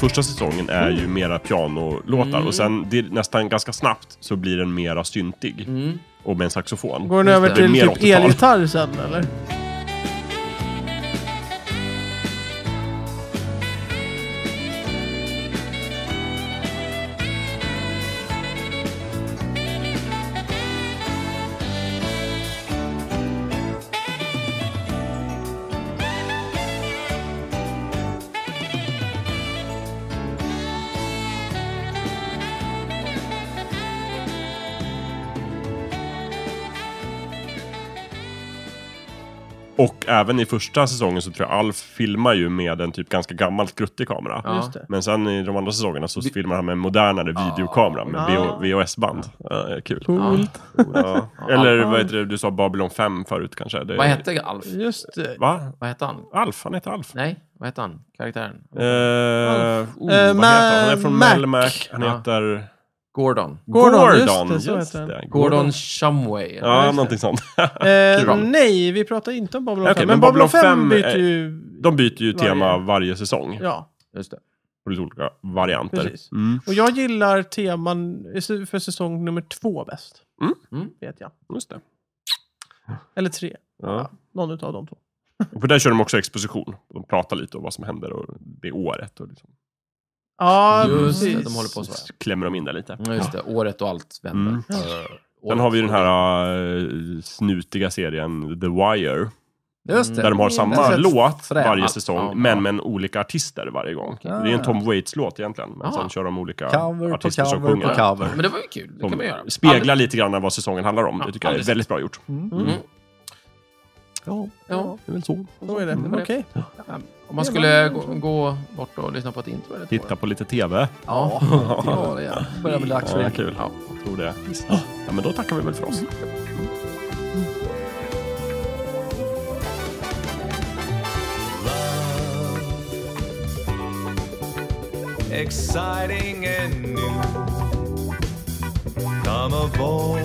Speaker 4: Första säsongen är ju
Speaker 1: Mm.
Speaker 4: mera pianolåtar och sen det, är nästan ganska snabbt så blir den mera syntig. Och med en saxofon.
Speaker 1: Mm. Går den över
Speaker 2: det.
Speaker 1: till
Speaker 4: Det är mer
Speaker 1: typ
Speaker 4: 80-tal.
Speaker 1: elgitarr sen eller?
Speaker 4: Och även i första säsongen så tror jag Alf filmar ju med en typ ganska gammal skruttig kamera.
Speaker 1: Just det.
Speaker 4: Men sen i de andra säsongerna så filmar han med en modernare videokamera med VO- VHS-band. Eh, kul.
Speaker 1: Coolt.
Speaker 4: Ja. Eller vad heter det, du sa Babylon 5 förut kanske? Det,
Speaker 2: Vad hette Alf?
Speaker 1: Just det.
Speaker 4: Va?
Speaker 2: Vad hette han?
Speaker 4: Alf, han heter Alf.
Speaker 2: Nej, vad hette han? Karaktären?
Speaker 4: Eh, oh, vad
Speaker 1: Eh,
Speaker 4: heter han? Han är
Speaker 1: Ma-
Speaker 4: från
Speaker 1: Mac.
Speaker 4: Melmac. Han
Speaker 2: Ja.
Speaker 4: heter...
Speaker 2: Gordon.
Speaker 1: Gordon, just
Speaker 4: Gordon,
Speaker 1: det, så
Speaker 4: just
Speaker 1: heter han.
Speaker 4: det.
Speaker 2: Gordon Shumway. eller?
Speaker 4: Ja, någonting sånt.
Speaker 1: Eh,
Speaker 4: Kul.
Speaker 1: nej, vi pratar inte om Babylon
Speaker 4: Okej,
Speaker 1: 5.
Speaker 4: men
Speaker 1: Men Babylon 5,
Speaker 4: Babylon 5
Speaker 1: byter
Speaker 4: är-
Speaker 1: ju...
Speaker 4: De byter ju
Speaker 1: Varje-
Speaker 4: tema varje säsong.
Speaker 1: Ja,
Speaker 2: Just det.
Speaker 4: Och lite olika varianter.
Speaker 1: Precis.
Speaker 4: Mm,
Speaker 1: och jag gillar teman för säsong nummer två bäst.
Speaker 4: Mm.
Speaker 2: Mm.
Speaker 1: Vet jag.
Speaker 4: just det.
Speaker 1: Eller tre.
Speaker 4: Ja.
Speaker 1: Någon utav de två.
Speaker 4: Och För där kör de också exposition. De pratar lite om vad som händer och det året. Och liksom.
Speaker 1: Ja,
Speaker 2: Just det,
Speaker 1: precis.
Speaker 2: de håller på så här.
Speaker 4: Så klämmer de in det lite.
Speaker 2: Ja, just det. Året och allt vänder.
Speaker 4: Mm.
Speaker 2: Eh,
Speaker 4: Sen
Speaker 2: året.
Speaker 4: har vi den här eh, snutiga serien The Wire.
Speaker 9: Just det.
Speaker 4: Där de har
Speaker 9: Jag
Speaker 4: samma
Speaker 9: har sett
Speaker 4: låt
Speaker 9: fräna.
Speaker 4: varje
Speaker 2: Ja, ja.
Speaker 4: säsong, men med olika artister varje gång. Det är en Tom Waits-låt egentligen, men
Speaker 2: Ah.
Speaker 4: sen kör de olika
Speaker 9: Cover på
Speaker 4: artister som
Speaker 9: cover
Speaker 4: sjunger.
Speaker 9: på cover.
Speaker 2: Men det var ju kul. Det kan man göra.
Speaker 4: Som speglar
Speaker 2: Aldrig-
Speaker 4: lite grann vad säsongen handlar om. Det tycker jag är
Speaker 2: alldeles.
Speaker 4: väldigt bra gjort.
Speaker 2: Mm.
Speaker 4: Ja,
Speaker 2: Ja.
Speaker 4: det är väl så.
Speaker 1: Då är det.
Speaker 2: Mm.
Speaker 1: Okej.
Speaker 2: Om man skulle gå, gå bort och lyssna på ett intro eller två.
Speaker 4: Titta på lite TV.
Speaker 2: Ja, ja, det är.
Speaker 9: Börjar bli dags
Speaker 4: Ja,
Speaker 9: för
Speaker 4: det är
Speaker 9: det.
Speaker 4: kul.
Speaker 2: Ja.
Speaker 4: Jag tror det. Ja, men då tackar vi väl för oss.
Speaker 6: exciting and new. Come aboard.